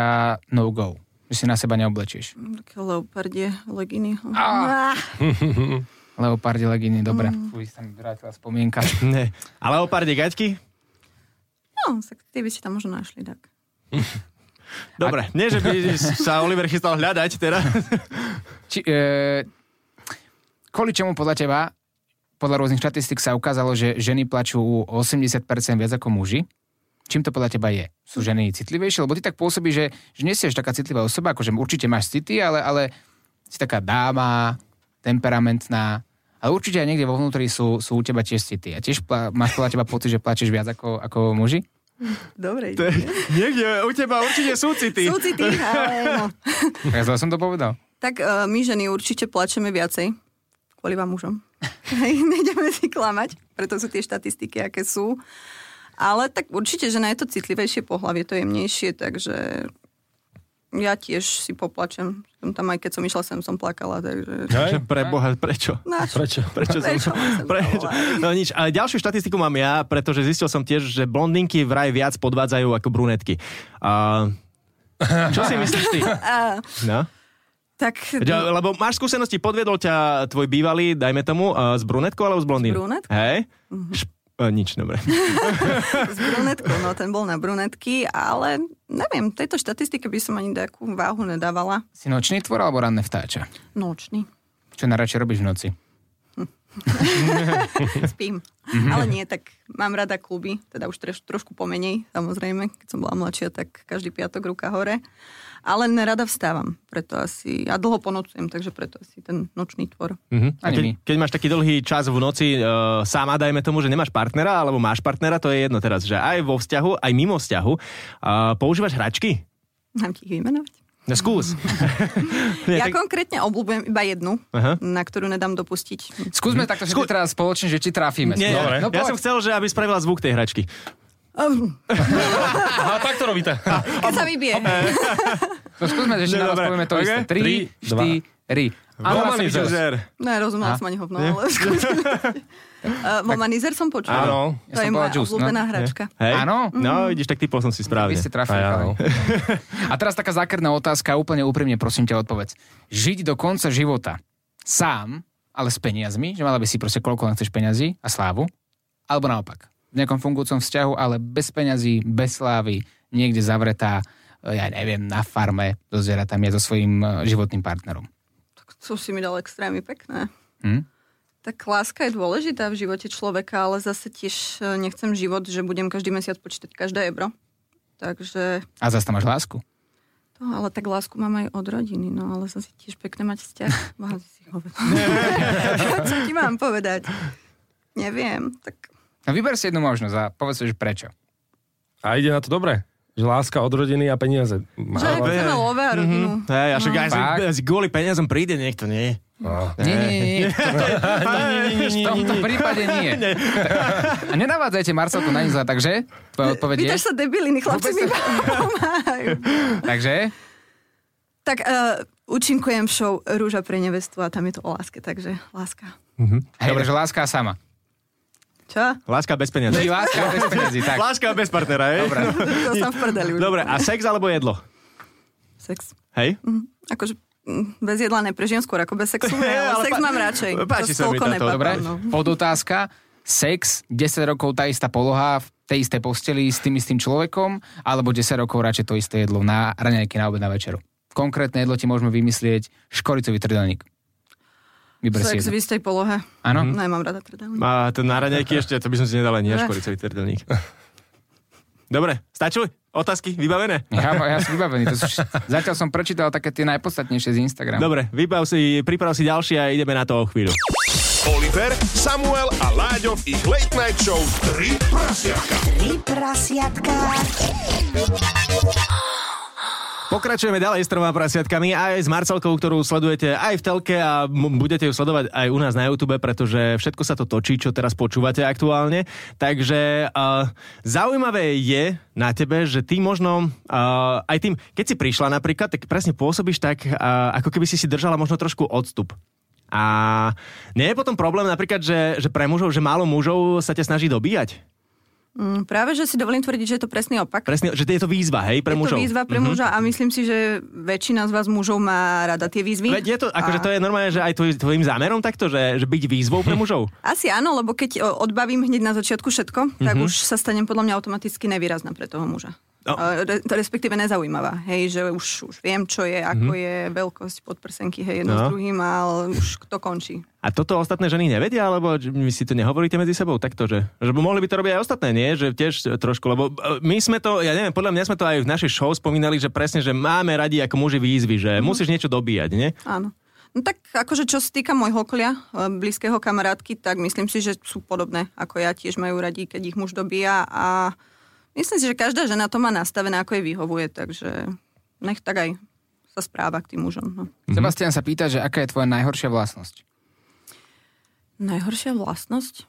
[SPEAKER 4] no-go? Že si na seba neoblečieš.
[SPEAKER 7] Také leopardie, leginy. Ah.
[SPEAKER 4] Leopardi, leginy, dobre. Mm. Uj, sa mi vrátila spomienka.
[SPEAKER 5] Ne. Ale o pár gaťky?
[SPEAKER 7] No, tak tie by ste tam možno našli, tak.
[SPEAKER 5] Dobre, nie, že by sa Oliver chystal hľadať teraz.
[SPEAKER 4] Či, e, kvôli čomu podľa teba, podľa rôznych štatistik sa ukázalo, že ženy plačú o 80% viac ako muži. Čím to podľa teba je? Sú ženy citlivejšie? Lebo ty tak pôsobí, že, že nie si až taká citlivá osoba, akože určite máš city, ale, ale si taká dáma, temperamentná, ale určite aj niekde vo vnútri sú, sú u teba tiež city. A tiež pla- máš podľa teba pocit, že plačeš viac ako, ako muži?
[SPEAKER 7] Dobre.
[SPEAKER 5] To je- Niekde u teba určite sú city.
[SPEAKER 7] Sú city, ale no.
[SPEAKER 4] Tak Ja zle som to povedal.
[SPEAKER 7] Tak uh, my ženy určite plačeme viacej. Kvôli vám mužom. Hej, Nejdeme si klamať, preto sú tie štatistiky, aké sú. Ale tak určite, že na je to citlivejšie pohlavie, to je jemnejšie, takže ja tiež si poplačem. Som tam aj keď som išla sem, som plakala, takže...
[SPEAKER 5] Že pre Boha, prečo?
[SPEAKER 7] Náš,
[SPEAKER 6] Prečo?
[SPEAKER 5] Prečo
[SPEAKER 7] Prečo
[SPEAKER 5] som...
[SPEAKER 7] som
[SPEAKER 5] Prečo?
[SPEAKER 7] zavolala?
[SPEAKER 5] No nič, ale ďalšiu štatistiku mám ja, pretože zistil som tiež, že blondinky vraj viac podvádzajú ako brunetky. A... Čo si myslíš ty? No?
[SPEAKER 7] tak
[SPEAKER 5] Že- Lebo máš skúsenosti, podviedol ťa tvoj bývalý, dajme tomu, a s brunetkou alebo s blondín?
[SPEAKER 7] S brunetkou.
[SPEAKER 5] Hej?
[SPEAKER 4] Mhm.
[SPEAKER 5] Šp- a, nič, dobre.
[SPEAKER 7] s brunetkou, no ten bol na brunetky, ale neviem, tejto štatistike by som ani takú váhu nedávala.
[SPEAKER 4] Si nočný tvor alebo ranné vtáča?
[SPEAKER 7] Nočný.
[SPEAKER 4] Čo najradšej robíš v noci?
[SPEAKER 7] Spím.
[SPEAKER 5] Mhm.
[SPEAKER 7] Ale nie, tak mám rada kluby, teda už troš, trošku pomenej, samozrejme. Keď som bola mladšia, tak každý piatok ruka hore. Ale nerada vstávam, preto asi, ja dlho ponocujem, takže preto asi ten nočný tvor.
[SPEAKER 5] Mhm. A
[SPEAKER 4] Ani
[SPEAKER 5] keď,
[SPEAKER 4] my.
[SPEAKER 5] keď máš taký dlhý čas v noci uh, sama, dajme tomu, že nemáš partnera, alebo máš partnera, to je jedno teraz, že aj vo vzťahu, aj mimo vzťahu, uh, používaš hračky?
[SPEAKER 7] Mám ti ich vymenovať?
[SPEAKER 5] No
[SPEAKER 4] Mhm.
[SPEAKER 5] skús. Nie,
[SPEAKER 7] Ja
[SPEAKER 5] tak-
[SPEAKER 7] konkrétne obľúbujem iba jednu,
[SPEAKER 5] Aha.
[SPEAKER 7] na ktorú nedám dopustiť.
[SPEAKER 4] Skúsme takto všetci teraz spoločne, že či
[SPEAKER 5] Mhm.
[SPEAKER 4] trafíme.
[SPEAKER 5] Nie,
[SPEAKER 4] Dobre. No
[SPEAKER 5] ja
[SPEAKER 4] poď.
[SPEAKER 5] som chcel, že aby spravila zvuk tej hračky.
[SPEAKER 6] Aha, tak to robíte.
[SPEAKER 7] Keď sa vybije.
[SPEAKER 4] No skúsme, že ešte
[SPEAKER 5] Nie,
[SPEAKER 4] naraz
[SPEAKER 5] dobre.
[SPEAKER 4] povieme to
[SPEAKER 5] Ok.
[SPEAKER 4] isté.
[SPEAKER 6] Tri,
[SPEAKER 4] 3, 4, Áno, asi videl.
[SPEAKER 7] No ja
[SPEAKER 4] A?
[SPEAKER 7] rozumela som ani hovno, ale skúsim. Eh, Womanizer som počula.
[SPEAKER 6] Áno.
[SPEAKER 4] Ja
[SPEAKER 7] To
[SPEAKER 4] som
[SPEAKER 7] je
[SPEAKER 4] bola
[SPEAKER 7] moja
[SPEAKER 4] juice, no.
[SPEAKER 7] obľúbená hračka.
[SPEAKER 5] Hej?
[SPEAKER 4] Áno. Mhm.
[SPEAKER 5] No, vidíš, tak typol som si
[SPEAKER 4] Vy
[SPEAKER 5] správne.
[SPEAKER 4] ste trafili.
[SPEAKER 6] A ja,
[SPEAKER 4] chalani. A teraz taká zákerná otázka, úplne úprimne, prosím ťa, odpovedz. Žiť do konca života sám, ale s peniazmi, že mala by si proste koľko len chceš peniazy a slávu, alebo naopak, v nejakom fungujúcom vzťahu, ale bez peňazí, bez slávy, niekde zavretá, e, ja neviem, na farme, so zvieratami a so svojím e, životným partnerom.
[SPEAKER 7] Tak to si mi dal extrémne pekné.
[SPEAKER 4] Hm?
[SPEAKER 7] Tak láska je dôležitá v živote človeka, ale zase tiež eh, nechcem život, že budem každý mesiac počítať každé euro. Takže,
[SPEAKER 4] A zase tam máš lásku.
[SPEAKER 7] to, ale tak lásku mám aj od rodiny, no ale zase tiež pekné mať vzťah. Boha, ty si hovec. Čo ti mám povedať? Neviem, tak
[SPEAKER 4] No vyber si jednu možnosť a povedz, že prečo.
[SPEAKER 6] A ide na to dobre. Že láska od rodiny a peniaze. Má-
[SPEAKER 7] že chceme
[SPEAKER 4] Mhm.
[SPEAKER 7] love a rodinu.
[SPEAKER 5] Hej, a však aj si-
[SPEAKER 4] Fakt?
[SPEAKER 5] aj si kvôli peniazom príde niekto, nie?
[SPEAKER 4] Nie, nie, nie, nie. V tomto prípade nie. A nenavádzajte Marcelku na nič zle, takže? Tvoja odpoveď je?
[SPEAKER 7] Pýtaš sa debiliny, chlapci mi
[SPEAKER 4] Vôbec
[SPEAKER 7] pomáhajú.
[SPEAKER 4] Takže?
[SPEAKER 7] Tak uh, účinkujem v show Rúža pre nevestu a tam je to o láske, takže láska.
[SPEAKER 4] Hej, takže láska sama.
[SPEAKER 7] Čo?
[SPEAKER 5] Láska bez peniazy.
[SPEAKER 4] Či láska bez peniazy, tak.
[SPEAKER 5] Láska bez partnera, hej?
[SPEAKER 4] Dobre.
[SPEAKER 7] To som v prdeli už.
[SPEAKER 5] Dobre, a sex alebo jedlo?
[SPEAKER 7] Sex.
[SPEAKER 5] Hej?
[SPEAKER 7] Mhm. Akože mm, bez jedla neprežijem skôr ako bez sexu, ne, ale,
[SPEAKER 5] Ale
[SPEAKER 7] sex
[SPEAKER 5] pa-
[SPEAKER 7] mám radšej.
[SPEAKER 5] páči sa
[SPEAKER 7] to
[SPEAKER 5] mi
[SPEAKER 7] toľko
[SPEAKER 5] táto,
[SPEAKER 7] nepadám,
[SPEAKER 4] Dobre,
[SPEAKER 7] no.
[SPEAKER 4] podotázka. Sex, 10 rokov tá istá poloha, v tej istej posteli s tým istým človekom, alebo 10 rokov radšej to isté jedlo na raňajky, na obed, na večeru. Konkrétne jedlo ti môžeme vymyslieť škoricový trdelník. Vyber si
[SPEAKER 7] Sex
[SPEAKER 4] jedno.
[SPEAKER 7] v istej polohe.
[SPEAKER 4] Áno?
[SPEAKER 7] Nemám rada teda. trdelník.
[SPEAKER 5] A to na raňajky ešte, to by som si nedal ani až koricový trdelník. Dobre, stačili? Otázky vybavené?
[SPEAKER 4] Ja, ja som vybavený. To sú, vš- zatiaľ som prečítal také tie najpodstatnejšie z Instagramu.
[SPEAKER 5] Dobre, vybav si, priprav si ďalšie a ideme na to o chvíľu.
[SPEAKER 1] Oliver, Samuel a Láďo v ich Late Night Show 3 prasiatka.
[SPEAKER 8] Tri prasiatka.
[SPEAKER 5] Pokračujeme ďalej s troma prasiatkami aj s Marcelkou, ktorú sledujete aj v telke a m- budete ju sledovať aj u nás na YouTube, pretože všetko sa to točí, čo teraz počúvate aktuálne. Takže uh, zaujímavé je na tebe, že ty možno uh, aj tým, keď si prišla napríklad, tak presne pôsobíš tak, uh, ako keby si si držala možno trošku odstup. A nie je potom problém napríklad, že, že pre mužov, že málo mužov sa ťa snaží dobíjať?
[SPEAKER 7] Mm, Práve, že si dovolím tvrdiť, že je to presný opak.
[SPEAKER 5] Presne, že je to výzva, hej, pre
[SPEAKER 7] je to
[SPEAKER 5] mužov. Mhm.
[SPEAKER 7] výzva pre muža a myslím si, že väčšina z vás mužov má rada tie výzvy.
[SPEAKER 5] Veď je to, akože
[SPEAKER 7] A-
[SPEAKER 5] to je normálne, že aj tvoj, tvojim zámerom takto, že, že byť výzvou pre mužov.
[SPEAKER 7] Asi áno, lebo keď o, odbavím hneď na začiatku všetko, tak už sa stanem podľa mňa automaticky nevýrazná pre toho muža.
[SPEAKER 5] No.
[SPEAKER 7] No. Respektíve nezaujímavá. Hej, že už, už viem, čo je, ako je veľkosť podprsenky, hej, jedno
[SPEAKER 5] No.
[SPEAKER 7] s druhým, ale už to končí.
[SPEAKER 5] A toto ostatné ženy nevedia, alebo č- vy si to nehovoríte medzi sebou takto, že, že by mohli by to robiť aj ostatné, nie? Že tiež trošku, lebo e, my sme to, ja neviem, podľa mňa sme to aj v našej show spomínali, že presne, že máme radi ako muži výzvy, že musíš niečo dobíjať, nie?
[SPEAKER 7] Áno. No tak akože čo sa týka môjho okolia, e, blízkeho kamarátky, tak myslím si, že sú podobné ako ja, tiež majú radi, keď ich muž dobíja a myslím si, že každá žena to má nastavené, ako jej vyhovuje, takže nech tak aj sa správa k tým mužom. No.
[SPEAKER 4] Sebastian sa pýta, že aká je tvoja najhoršia vlastnosť?
[SPEAKER 7] Najhoršia vlastnosť?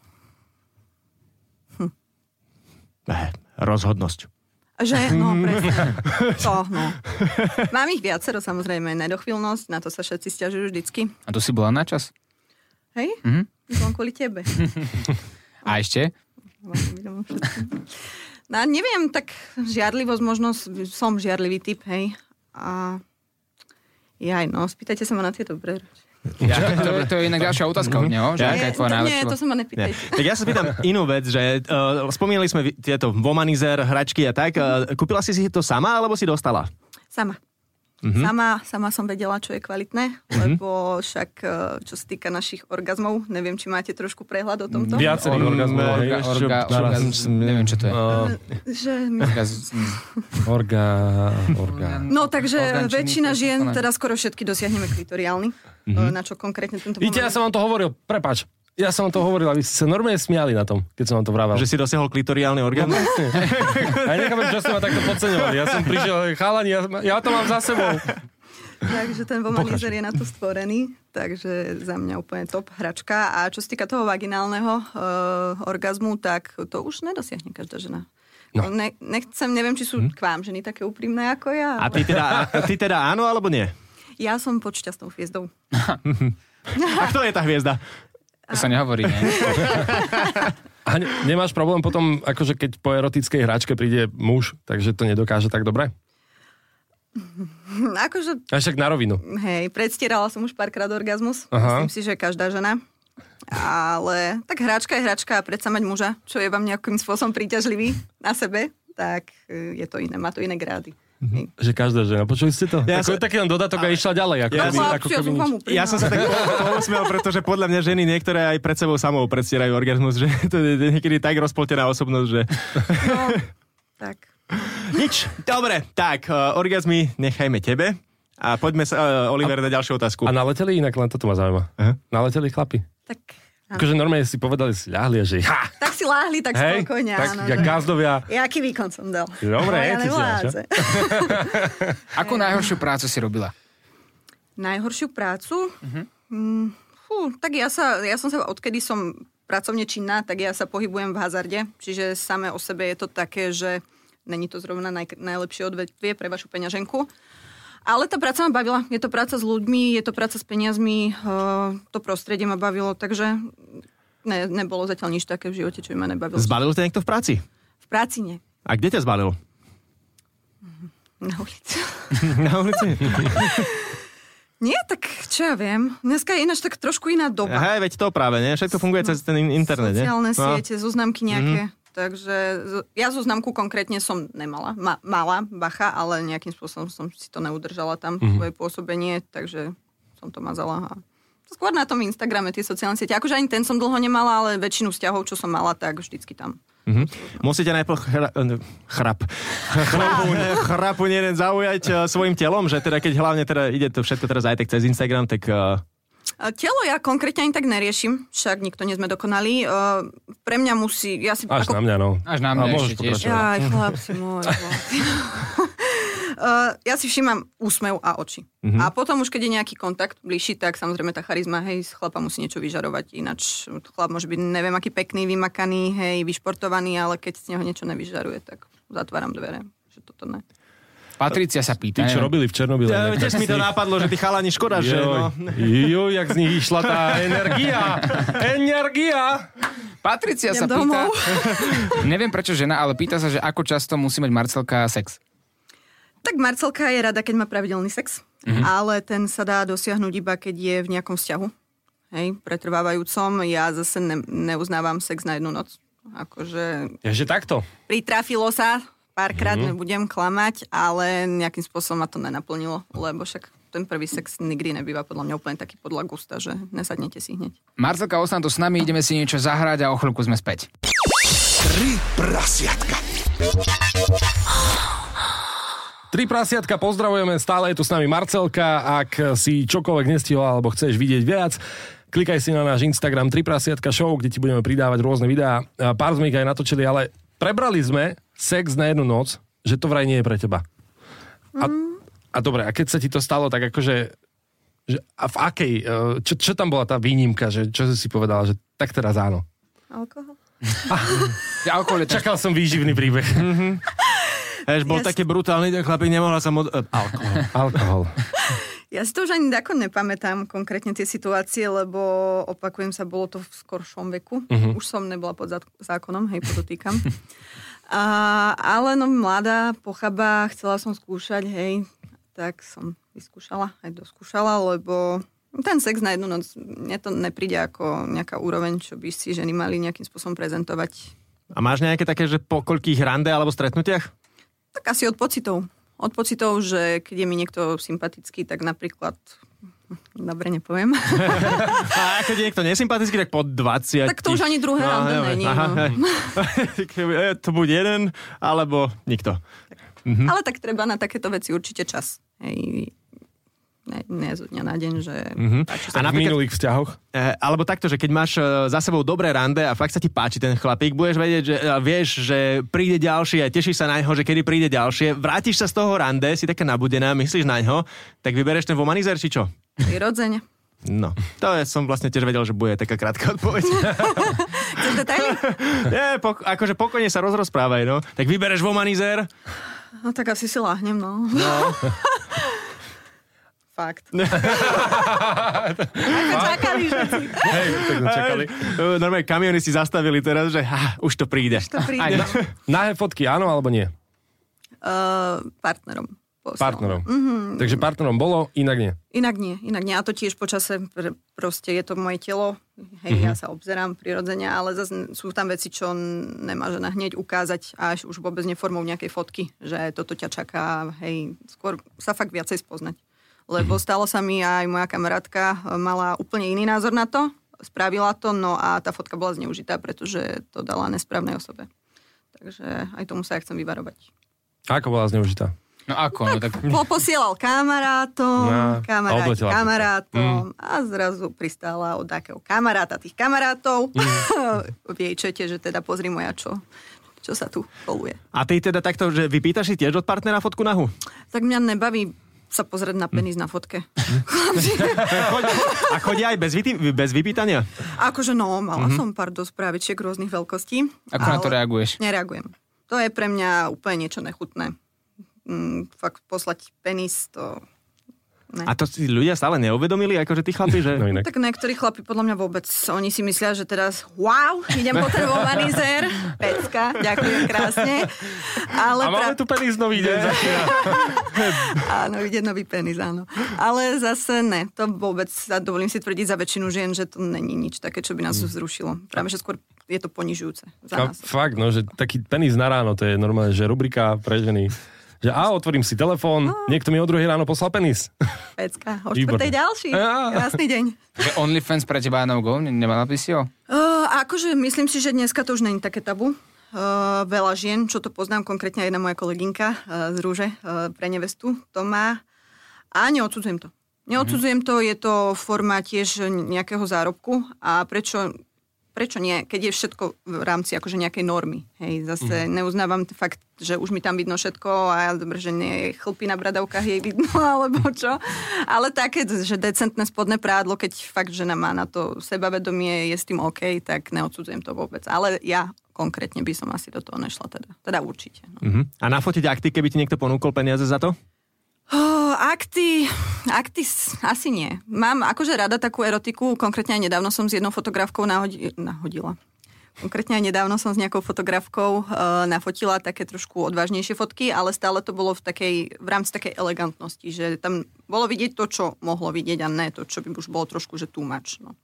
[SPEAKER 5] Eh, rozhodnosť.
[SPEAKER 7] Že, no presne. To, no. Mám ich viacero, samozrejme, nedochvíľnosť, na to sa všetci stiažujú vždycky.
[SPEAKER 4] A tu si bola na čas.
[SPEAKER 7] Hej? Mm-hmm. Len kvôli tebe.
[SPEAKER 4] A ešte?
[SPEAKER 7] Vám idem všetkým. No a neviem, tak žiarlivosť, možno s- som žiarlivý typ, hej. A jaj, no, spýtajte sa ma na tieto dobré reči.
[SPEAKER 4] Ja, to, to je inak ďalšia otázka od neho, že aká je tvoja
[SPEAKER 7] Mhm. to, nie,
[SPEAKER 4] najlepšia
[SPEAKER 7] to sa ma
[SPEAKER 5] Nie.
[SPEAKER 7] nepýtajte.
[SPEAKER 5] Tak ja sa pýtam inú vec, že uh, spomínali sme vi- tieto womanizer, hračky a tak. Uh, kúpila si si to sama, alebo si dostala?
[SPEAKER 7] Sama. Mm-hmm. Sama, sama som vedela, čo je kvalitné, lebo však, e, čo sa týka našich orgazmov, neviem, či máte trošku prehľad o tomto.
[SPEAKER 6] Viacerých orgazmov. hej.
[SPEAKER 4] orga, orga,
[SPEAKER 6] Čo-
[SPEAKER 4] orga, neviem, čo to je.
[SPEAKER 7] No.
[SPEAKER 6] Eh,
[SPEAKER 7] Že
[SPEAKER 4] Orgaz,
[SPEAKER 6] Orga, orga.
[SPEAKER 7] No takže
[SPEAKER 4] orgán činný
[SPEAKER 7] väčšina
[SPEAKER 4] trestný
[SPEAKER 7] žien,
[SPEAKER 4] konaní.
[SPEAKER 7] teda skoro všetky dosiahneme klitoriálny, mm-hmm. na čo konkrétne tento
[SPEAKER 6] Víte, ja
[SPEAKER 7] moment...
[SPEAKER 6] som vám to hovoril, prepač. Ja som vám to hovoril a vy ste sa normálne smiali na tom, keď som vám to vravel.
[SPEAKER 5] Že si dosiahol klitoriálny orgán?
[SPEAKER 6] A ja nechápem, čo ste ma takto podceňovali. Ja som prišiel, chalani, ja, ja to mám za sebou.
[SPEAKER 7] Takže ten womanizer je na to stvorený, takže za mňa úplne top hračka. A čo sa týka toho vaginálneho e, orgazmu, tak to už nedosiahne každá žena. No. Ne, nechcem, neviem, či sú k vám ženy také úprimné ako ja.
[SPEAKER 5] A
[SPEAKER 7] ale
[SPEAKER 5] ty teda, a ty teda áno, alebo nie?
[SPEAKER 7] Ja som pod šťastnou hviezdou.
[SPEAKER 5] A kto je tá hviezda?
[SPEAKER 4] to sa nehovorí, nie?
[SPEAKER 6] A ne, nemáš problém potom, akože keď po erotickej hračke príde muž, takže to nedokáže tak dobre?
[SPEAKER 7] Akože
[SPEAKER 6] A však na rovinu.
[SPEAKER 7] Hej, predstierala som už párkrát orgazmus.
[SPEAKER 6] Aha.
[SPEAKER 7] Aha. Myslím si, že každá žena. Ale tak hráčka je hráčka a predsa mať muža, čo je vám nejakým spôsobom príťažlivý na sebe, tak e, je to iné, má to iné grády. Hej.
[SPEAKER 6] Že každá žena. Počuli ste to?
[SPEAKER 5] Ja
[SPEAKER 6] Ja Tako,
[SPEAKER 5] som-
[SPEAKER 6] Taký len dodatok a išla ďalej. Ako
[SPEAKER 5] Ja
[SPEAKER 6] keby,
[SPEAKER 5] som-
[SPEAKER 6] ako
[SPEAKER 7] No, Ja
[SPEAKER 6] keby
[SPEAKER 7] som
[SPEAKER 6] nič.
[SPEAKER 7] vám úprimná.
[SPEAKER 5] Ja som sa tak pousmiel, pretože podľa mňa ženy niektoré aj pred sebou samou predstierajú orgazmus, že to je niekedy tak rozpoltená osobnosť, že
[SPEAKER 7] No, tak.
[SPEAKER 5] nič. Dobre, tak, uh, orgazmy nechajme tebe a poďme sa, uh, Oliver, na ďalšiu otázku.
[SPEAKER 6] A naleteli inak, len toto ma zaujíma.
[SPEAKER 5] Aha.
[SPEAKER 6] Naleteli chlapi.
[SPEAKER 7] Tak, áno.
[SPEAKER 6] Akože normálne si povedali, si ľahli, a že ha,
[SPEAKER 7] tak si láhli, tak
[SPEAKER 6] hej,
[SPEAKER 7] spokojne.
[SPEAKER 6] tak
[SPEAKER 7] áno,
[SPEAKER 6] ja
[SPEAKER 7] že-
[SPEAKER 6] gazdovia.
[SPEAKER 7] Jaký výkon som dal?
[SPEAKER 6] Dobre,
[SPEAKER 7] Moja
[SPEAKER 6] ty si
[SPEAKER 7] nevládze.
[SPEAKER 4] Akú najhoršiu prácu si robila?
[SPEAKER 7] Najhoršiu prácu? Mm, fú, tak ja, sa, ja som sa, odkedy som pracovne činná, tak ja sa pohybujem v hazarde. Čiže samé o sebe je to také, že není to zrovna naj, najlepšie odvetvie pre vašu peňaženku. Ale tá práca ma bavila. Je to práca s ľuďmi, je to práca s peniazmi, eh, to prostredie ma bavilo, takže ne, nebolo zatiaľ nič také v živote, čo by ma nebavilo.
[SPEAKER 5] Zbalil ťa niekto v práci?
[SPEAKER 7] v práci nie.
[SPEAKER 5] A kde ťa zbalil?
[SPEAKER 7] Na ulici.
[SPEAKER 5] Na ulici?
[SPEAKER 7] Nie, tak čo ja viem. Dneska je ináč tak trošku iná doba.
[SPEAKER 5] Hej, veď to práve, nie? Všetko funguje cez ten in- internet, nie?
[SPEAKER 7] Sociálne
[SPEAKER 5] No.
[SPEAKER 7] siete,
[SPEAKER 6] Mhm.
[SPEAKER 7] zoznamky nejaké. Takže z- ja zoznamku konkrétne som nemala. Ma, mala, bacha, ale nejakým spôsobom som si to neudržala tam,
[SPEAKER 6] Mhm.
[SPEAKER 7] svoje pôsobenie, takže som to mazala. A skôr na tom Instagrame tie sociálne siete. Akože ani ten som dlho nemala, ale väčšinu vzťahov, čo som mala, tak vždycky tam.
[SPEAKER 5] Musíte najprv chra, eh, chrap. Chrapu, chrapu jeden zaujať eh, svojim telom, že teda keď hlavne teda ide to všetko teraz aj tak cez Instagram, tak eh,
[SPEAKER 7] A Telo ja konkrétne ani tak neriešim, však nikto nie sme dokonali. Uh, pre mňa musí, ja si...
[SPEAKER 6] Až na mňa, no.
[SPEAKER 4] Až na mňa
[SPEAKER 6] A môžeš
[SPEAKER 4] ešte tiež.
[SPEAKER 6] pokračovať.
[SPEAKER 7] Aj, chlapci môj. chlapci. Eh, ja si všímam úsmev a oči. Mm-hmm. A potom už, keď je nejaký kontakt bližší, tak samozrejme tá charizma, hej, z chlapa musí niečo vyžarovať, ináč chlap môže byť neviem aký pekný, vymakaný, hej, vyšportovaný, ale keď z neho niečo nevyžaruje, tak zatváram dvere. Že toto ne.
[SPEAKER 4] Patricia sa pýta.
[SPEAKER 6] Ty, čo
[SPEAKER 4] neviem.
[SPEAKER 6] robili v Černobyle.
[SPEAKER 5] ja,
[SPEAKER 6] nejak
[SPEAKER 5] tiež mi to
[SPEAKER 6] krásne.
[SPEAKER 5] napadlo, že ty chalani škoda, že no.
[SPEAKER 6] Joj, joj, jak z nich išla tá energia. Energia.
[SPEAKER 4] Patricia sa
[SPEAKER 7] Idem domov.
[SPEAKER 4] pýta. Neviem prečo žena, ale pýta sa, že ako často musí mať Marcelka sex.
[SPEAKER 7] Tak Marcelka je rada, keď má pravidelný sex, mm-hmm. ale ten sa dá dosiahnuť iba, keď je v nejakom vzťahu. Hej, pretrvávajúcom. Ja zase ne, neuznávam sex na jednu noc. Akože
[SPEAKER 6] Takže takto.
[SPEAKER 7] pritrafilo sa, párkrát mm-hmm. nebudem klamať, ale nejakým spôsobom ma to nenaplnilo, lebo však ten prvý sex nikdy nebýva podľa mňa úplne taký podľa gusta, že nesadnete si hneď.
[SPEAKER 4] Marcelka, ostan tu s nami, ideme si niečo zahrať a o chvíľku sme späť.
[SPEAKER 2] Tri prasiatka.
[SPEAKER 6] Tri prasiatka pozdravujeme, stále je tu s nami Marcelka. Ak si čokoľvek nestihla alebo chceš vidieť viac, klikaj si na náš Instagram Tri prasiatka show, kde ti budeme pridávať rôzne videá. A Pár sme ich aj natočili, ale prebrali sme sex na jednu noc, že to vraj nie je pre teba. A, a dobre, a keď sa ti to stalo, tak akože že, a v akej, e, čo, čo tam bola tá výnimka, že čo si si povedala, že tak teraz áno.
[SPEAKER 7] Alkohol?
[SPEAKER 4] Ja okolo tak...
[SPEAKER 6] Čakal som výživný príbeh.
[SPEAKER 5] Hež, bol
[SPEAKER 7] Jasne.
[SPEAKER 5] taký brutálny, ten chlapík nemohla sa mod... eh, Alkohol.
[SPEAKER 6] Alkohol.
[SPEAKER 7] Ja si to už ani ako nepamätám konkrétne tie situácie, lebo opakujem sa, bolo to v skoršom veku. Uh-huh. Už som nebola pod zá- zákonom, hej, podotýkam. A, ale no mladá, pochaba, chcela som skúšať, hej, tak som vyskúšala, aj doskúšala, lebo ten sex na jednu noc, mne to nepríde ako nejaká úroveň, čo by si ženy mali nejakým spôsobom prezentovať.
[SPEAKER 5] A máš nejaké také, že po koľkých rande alebo stretnutiach?
[SPEAKER 7] Tak asi od pocitov. Od pocitov, že keď je mi niekto sympatický, tak napríklad, hm, dobre nepoviem,
[SPEAKER 5] A keď je niekto nesympatický, tak po 20.
[SPEAKER 7] Tak to už ani druhé rande
[SPEAKER 5] neviem.
[SPEAKER 7] není,
[SPEAKER 5] Aha,
[SPEAKER 7] no.
[SPEAKER 5] hej. Eh, to buď jeden, alebo nikto.
[SPEAKER 7] Mm-hmm. Ale tak treba na takéto veci určite čas. Hej. Ne, ne zo dňa na deň, že... Mm-hmm.
[SPEAKER 5] A
[SPEAKER 6] A v
[SPEAKER 5] napríklad-
[SPEAKER 6] minulých vzťahoch?
[SPEAKER 5] E, alebo takto, že keď máš e, za sebou dobré rande a fakt sa ti páči ten chlapík, budeš vedieť, že e, vieš, že príde ďalší a tešíš sa na ňo, že kedy príde ďalšie, vrátiš sa z toho rande, si taká nabudená, myslíš na ňo, tak vybereš ten vomanizer či čo?
[SPEAKER 7] Prirodzene.
[SPEAKER 5] No, to je, som vlastne tiež vedel, že bude taká krátka odpoveď.
[SPEAKER 7] Chceš detaily?
[SPEAKER 5] Nie, pok- akože pokojne sa rozrozprávaj, no. Tak vybereš vomanizer.
[SPEAKER 7] No tak asi si láhnem, no. no. Fakt. Ako čakali všetci.
[SPEAKER 6] Hej, tak sme čakali.
[SPEAKER 5] E, Normálne kamiony si zastavili teraz, že ha, už to príde.
[SPEAKER 7] To
[SPEAKER 4] Aj,
[SPEAKER 7] príde.
[SPEAKER 4] no.
[SPEAKER 6] Nahé fotky, áno alebo nie?
[SPEAKER 7] Uh, partnerom. Poslal.
[SPEAKER 6] Partnerom. Takže partnerom bolo, inak nie.
[SPEAKER 7] Inak nie, inak nie. A to tiež počase, pr- proste je to moje telo, hej, ja sa obzerám prirodzene, ale zase sú tam veci, čo n- nemá žena hneď ukázať až už vôbec neformou nejakej fotky, že toto ťa čaká, hej, skôr sa fakt viacej spoznať. Lebo stalo sa mi aj moja kamarátka e, mala úplne iný názor na to, spravila to, no a tá fotka bola zneužitá, pretože to dala nesprávnej osobe. Takže aj tomu sa ja chcem vyvarovať.
[SPEAKER 6] Ako bola zneužitá?
[SPEAKER 4] No ako, no tak...
[SPEAKER 7] Po, posielal
[SPEAKER 6] No,
[SPEAKER 7] kamarátom, no,
[SPEAKER 6] a
[SPEAKER 7] kamaráti
[SPEAKER 6] odletela
[SPEAKER 7] kamarátom mm. a zrazu pristála od takého kamaráta tých kamarátov mm. v jej čete, že teda pozri moja čo, čo sa tu koluje.
[SPEAKER 5] A ty teda takto, že vypýtaš si tiež od partnera fotku nahu?
[SPEAKER 7] Tak mňa nebaví sa pozrieť na penis na fotke.
[SPEAKER 5] Mm. A chodia aj bez, vytý- bez vypýtania?
[SPEAKER 7] akože no, mala mm-hmm. som pár dosprávičiek rôznych veľkostí.
[SPEAKER 4] Ako na to reaguješ?
[SPEAKER 7] Nereagujem. To je pre mňa úplne niečo nechutné. Mm, fakt poslať penis, to... Ne.
[SPEAKER 5] A to si ľudia stále neuvedomili, akože tí chlapi, že...
[SPEAKER 6] No inak.
[SPEAKER 7] Tak niektorí chlapi podľa mňa vôbec, oni si myslia, že teraz wow, idem potrebovaný zer, pecka, ďakujem krásne.
[SPEAKER 6] A
[SPEAKER 7] Ale
[SPEAKER 6] máme tu penis nový deň. začína.
[SPEAKER 7] Áno, ide nový penis, áno. Ale zase ne, to vôbec, a dovolím si tvrdiť za väčšinu žien, že to není nič také, čo by nás
[SPEAKER 6] Mm.
[SPEAKER 7] vzrušilo. Práve, že skôr je to ponižujúce za
[SPEAKER 6] A
[SPEAKER 7] nás.
[SPEAKER 6] fakt, no, že taký penis na ráno, to je normálne, že rubrika pre ženy. Že a otvorím si telefón, niekto mi o druhej ráno poslal penis.
[SPEAKER 7] Pecka, o
[SPEAKER 6] Výborné.
[SPEAKER 7] štvrtej ďalší.
[SPEAKER 6] Á.
[SPEAKER 7] Krásny deň.
[SPEAKER 4] Že OnlyFans pre teba no go? Ne- Nemala by si ho?
[SPEAKER 7] Uh, akože myslím si, že dneska to už není také tabu. Uh, veľa žien, čo to poznám, konkrétne aj jedna moja kolegynka uh, z Rúže uh, pre nevestu, to má. A neodsudzujem to. Neodsudzujem to, je to forma tiež nejakého zárobku a prečo, prečo nie, keď je všetko v rámci akože nejakej normy. Hej, zase neuznávam t- fakt, že už mi tam vidno všetko a ja dobre, že nie je chlpy na bradavkách jej vidno alebo čo. Ale také, že decentné spodné prádlo, keď fakt žena má na to sebavedomie, je s tým OK, tak neodsudzujem to vôbec. Ale ja konkrétne by som asi do toho nešla teda. Teda určite. No.
[SPEAKER 5] Mhm. A nafotiť akty, keby ti niekto ponúkol peniaze za to?
[SPEAKER 7] Oh, akty, akty s- asi nie. Mám akože rada takú erotiku, konkrétne aj nedávno som s jednou fotografkou nahodi- nahodila. Konkrétne aj nedávno som s nejakou fotografkou e, nafotila také trošku odvážnejšie fotky, ale stále to bolo v, takej, v rámci takej elegantnosti, že tam bolo vidieť to, čo mohlo vidieť a ne to, čo by už bolo trošku, že too much. No.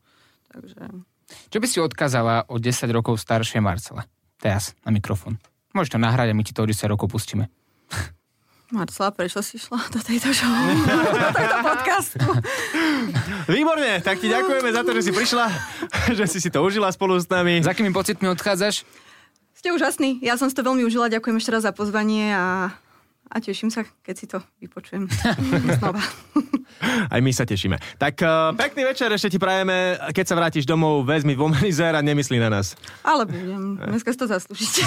[SPEAKER 7] Takže...
[SPEAKER 4] Čo by si odkázala o 10 rokov staršie Marcela? Teraz, na mikrofón. Môžeš to nahrať a my ti to o 10 rokov pustíme.
[SPEAKER 7] Marcela, prečo si šla do tejto show? do tohto podcastu?
[SPEAKER 5] Výborne, tak ti ďakujeme za to, že si prišla, že si si to užila spolu s nami.
[SPEAKER 4] Za akými pocitmi odchádzaš?
[SPEAKER 7] Ste úžasní, ja som si to veľmi užila, ďakujem ešte raz za pozvanie a, a teším sa, keď si to vypočujem znova.
[SPEAKER 5] Aj my sa tešíme. Tak uh, pekný večer ešte ti prajeme. Keď sa vrátiš domov, vezmi vomenizer a nemyslí na nás.
[SPEAKER 7] Ale budem, dneska si to zaslúžite.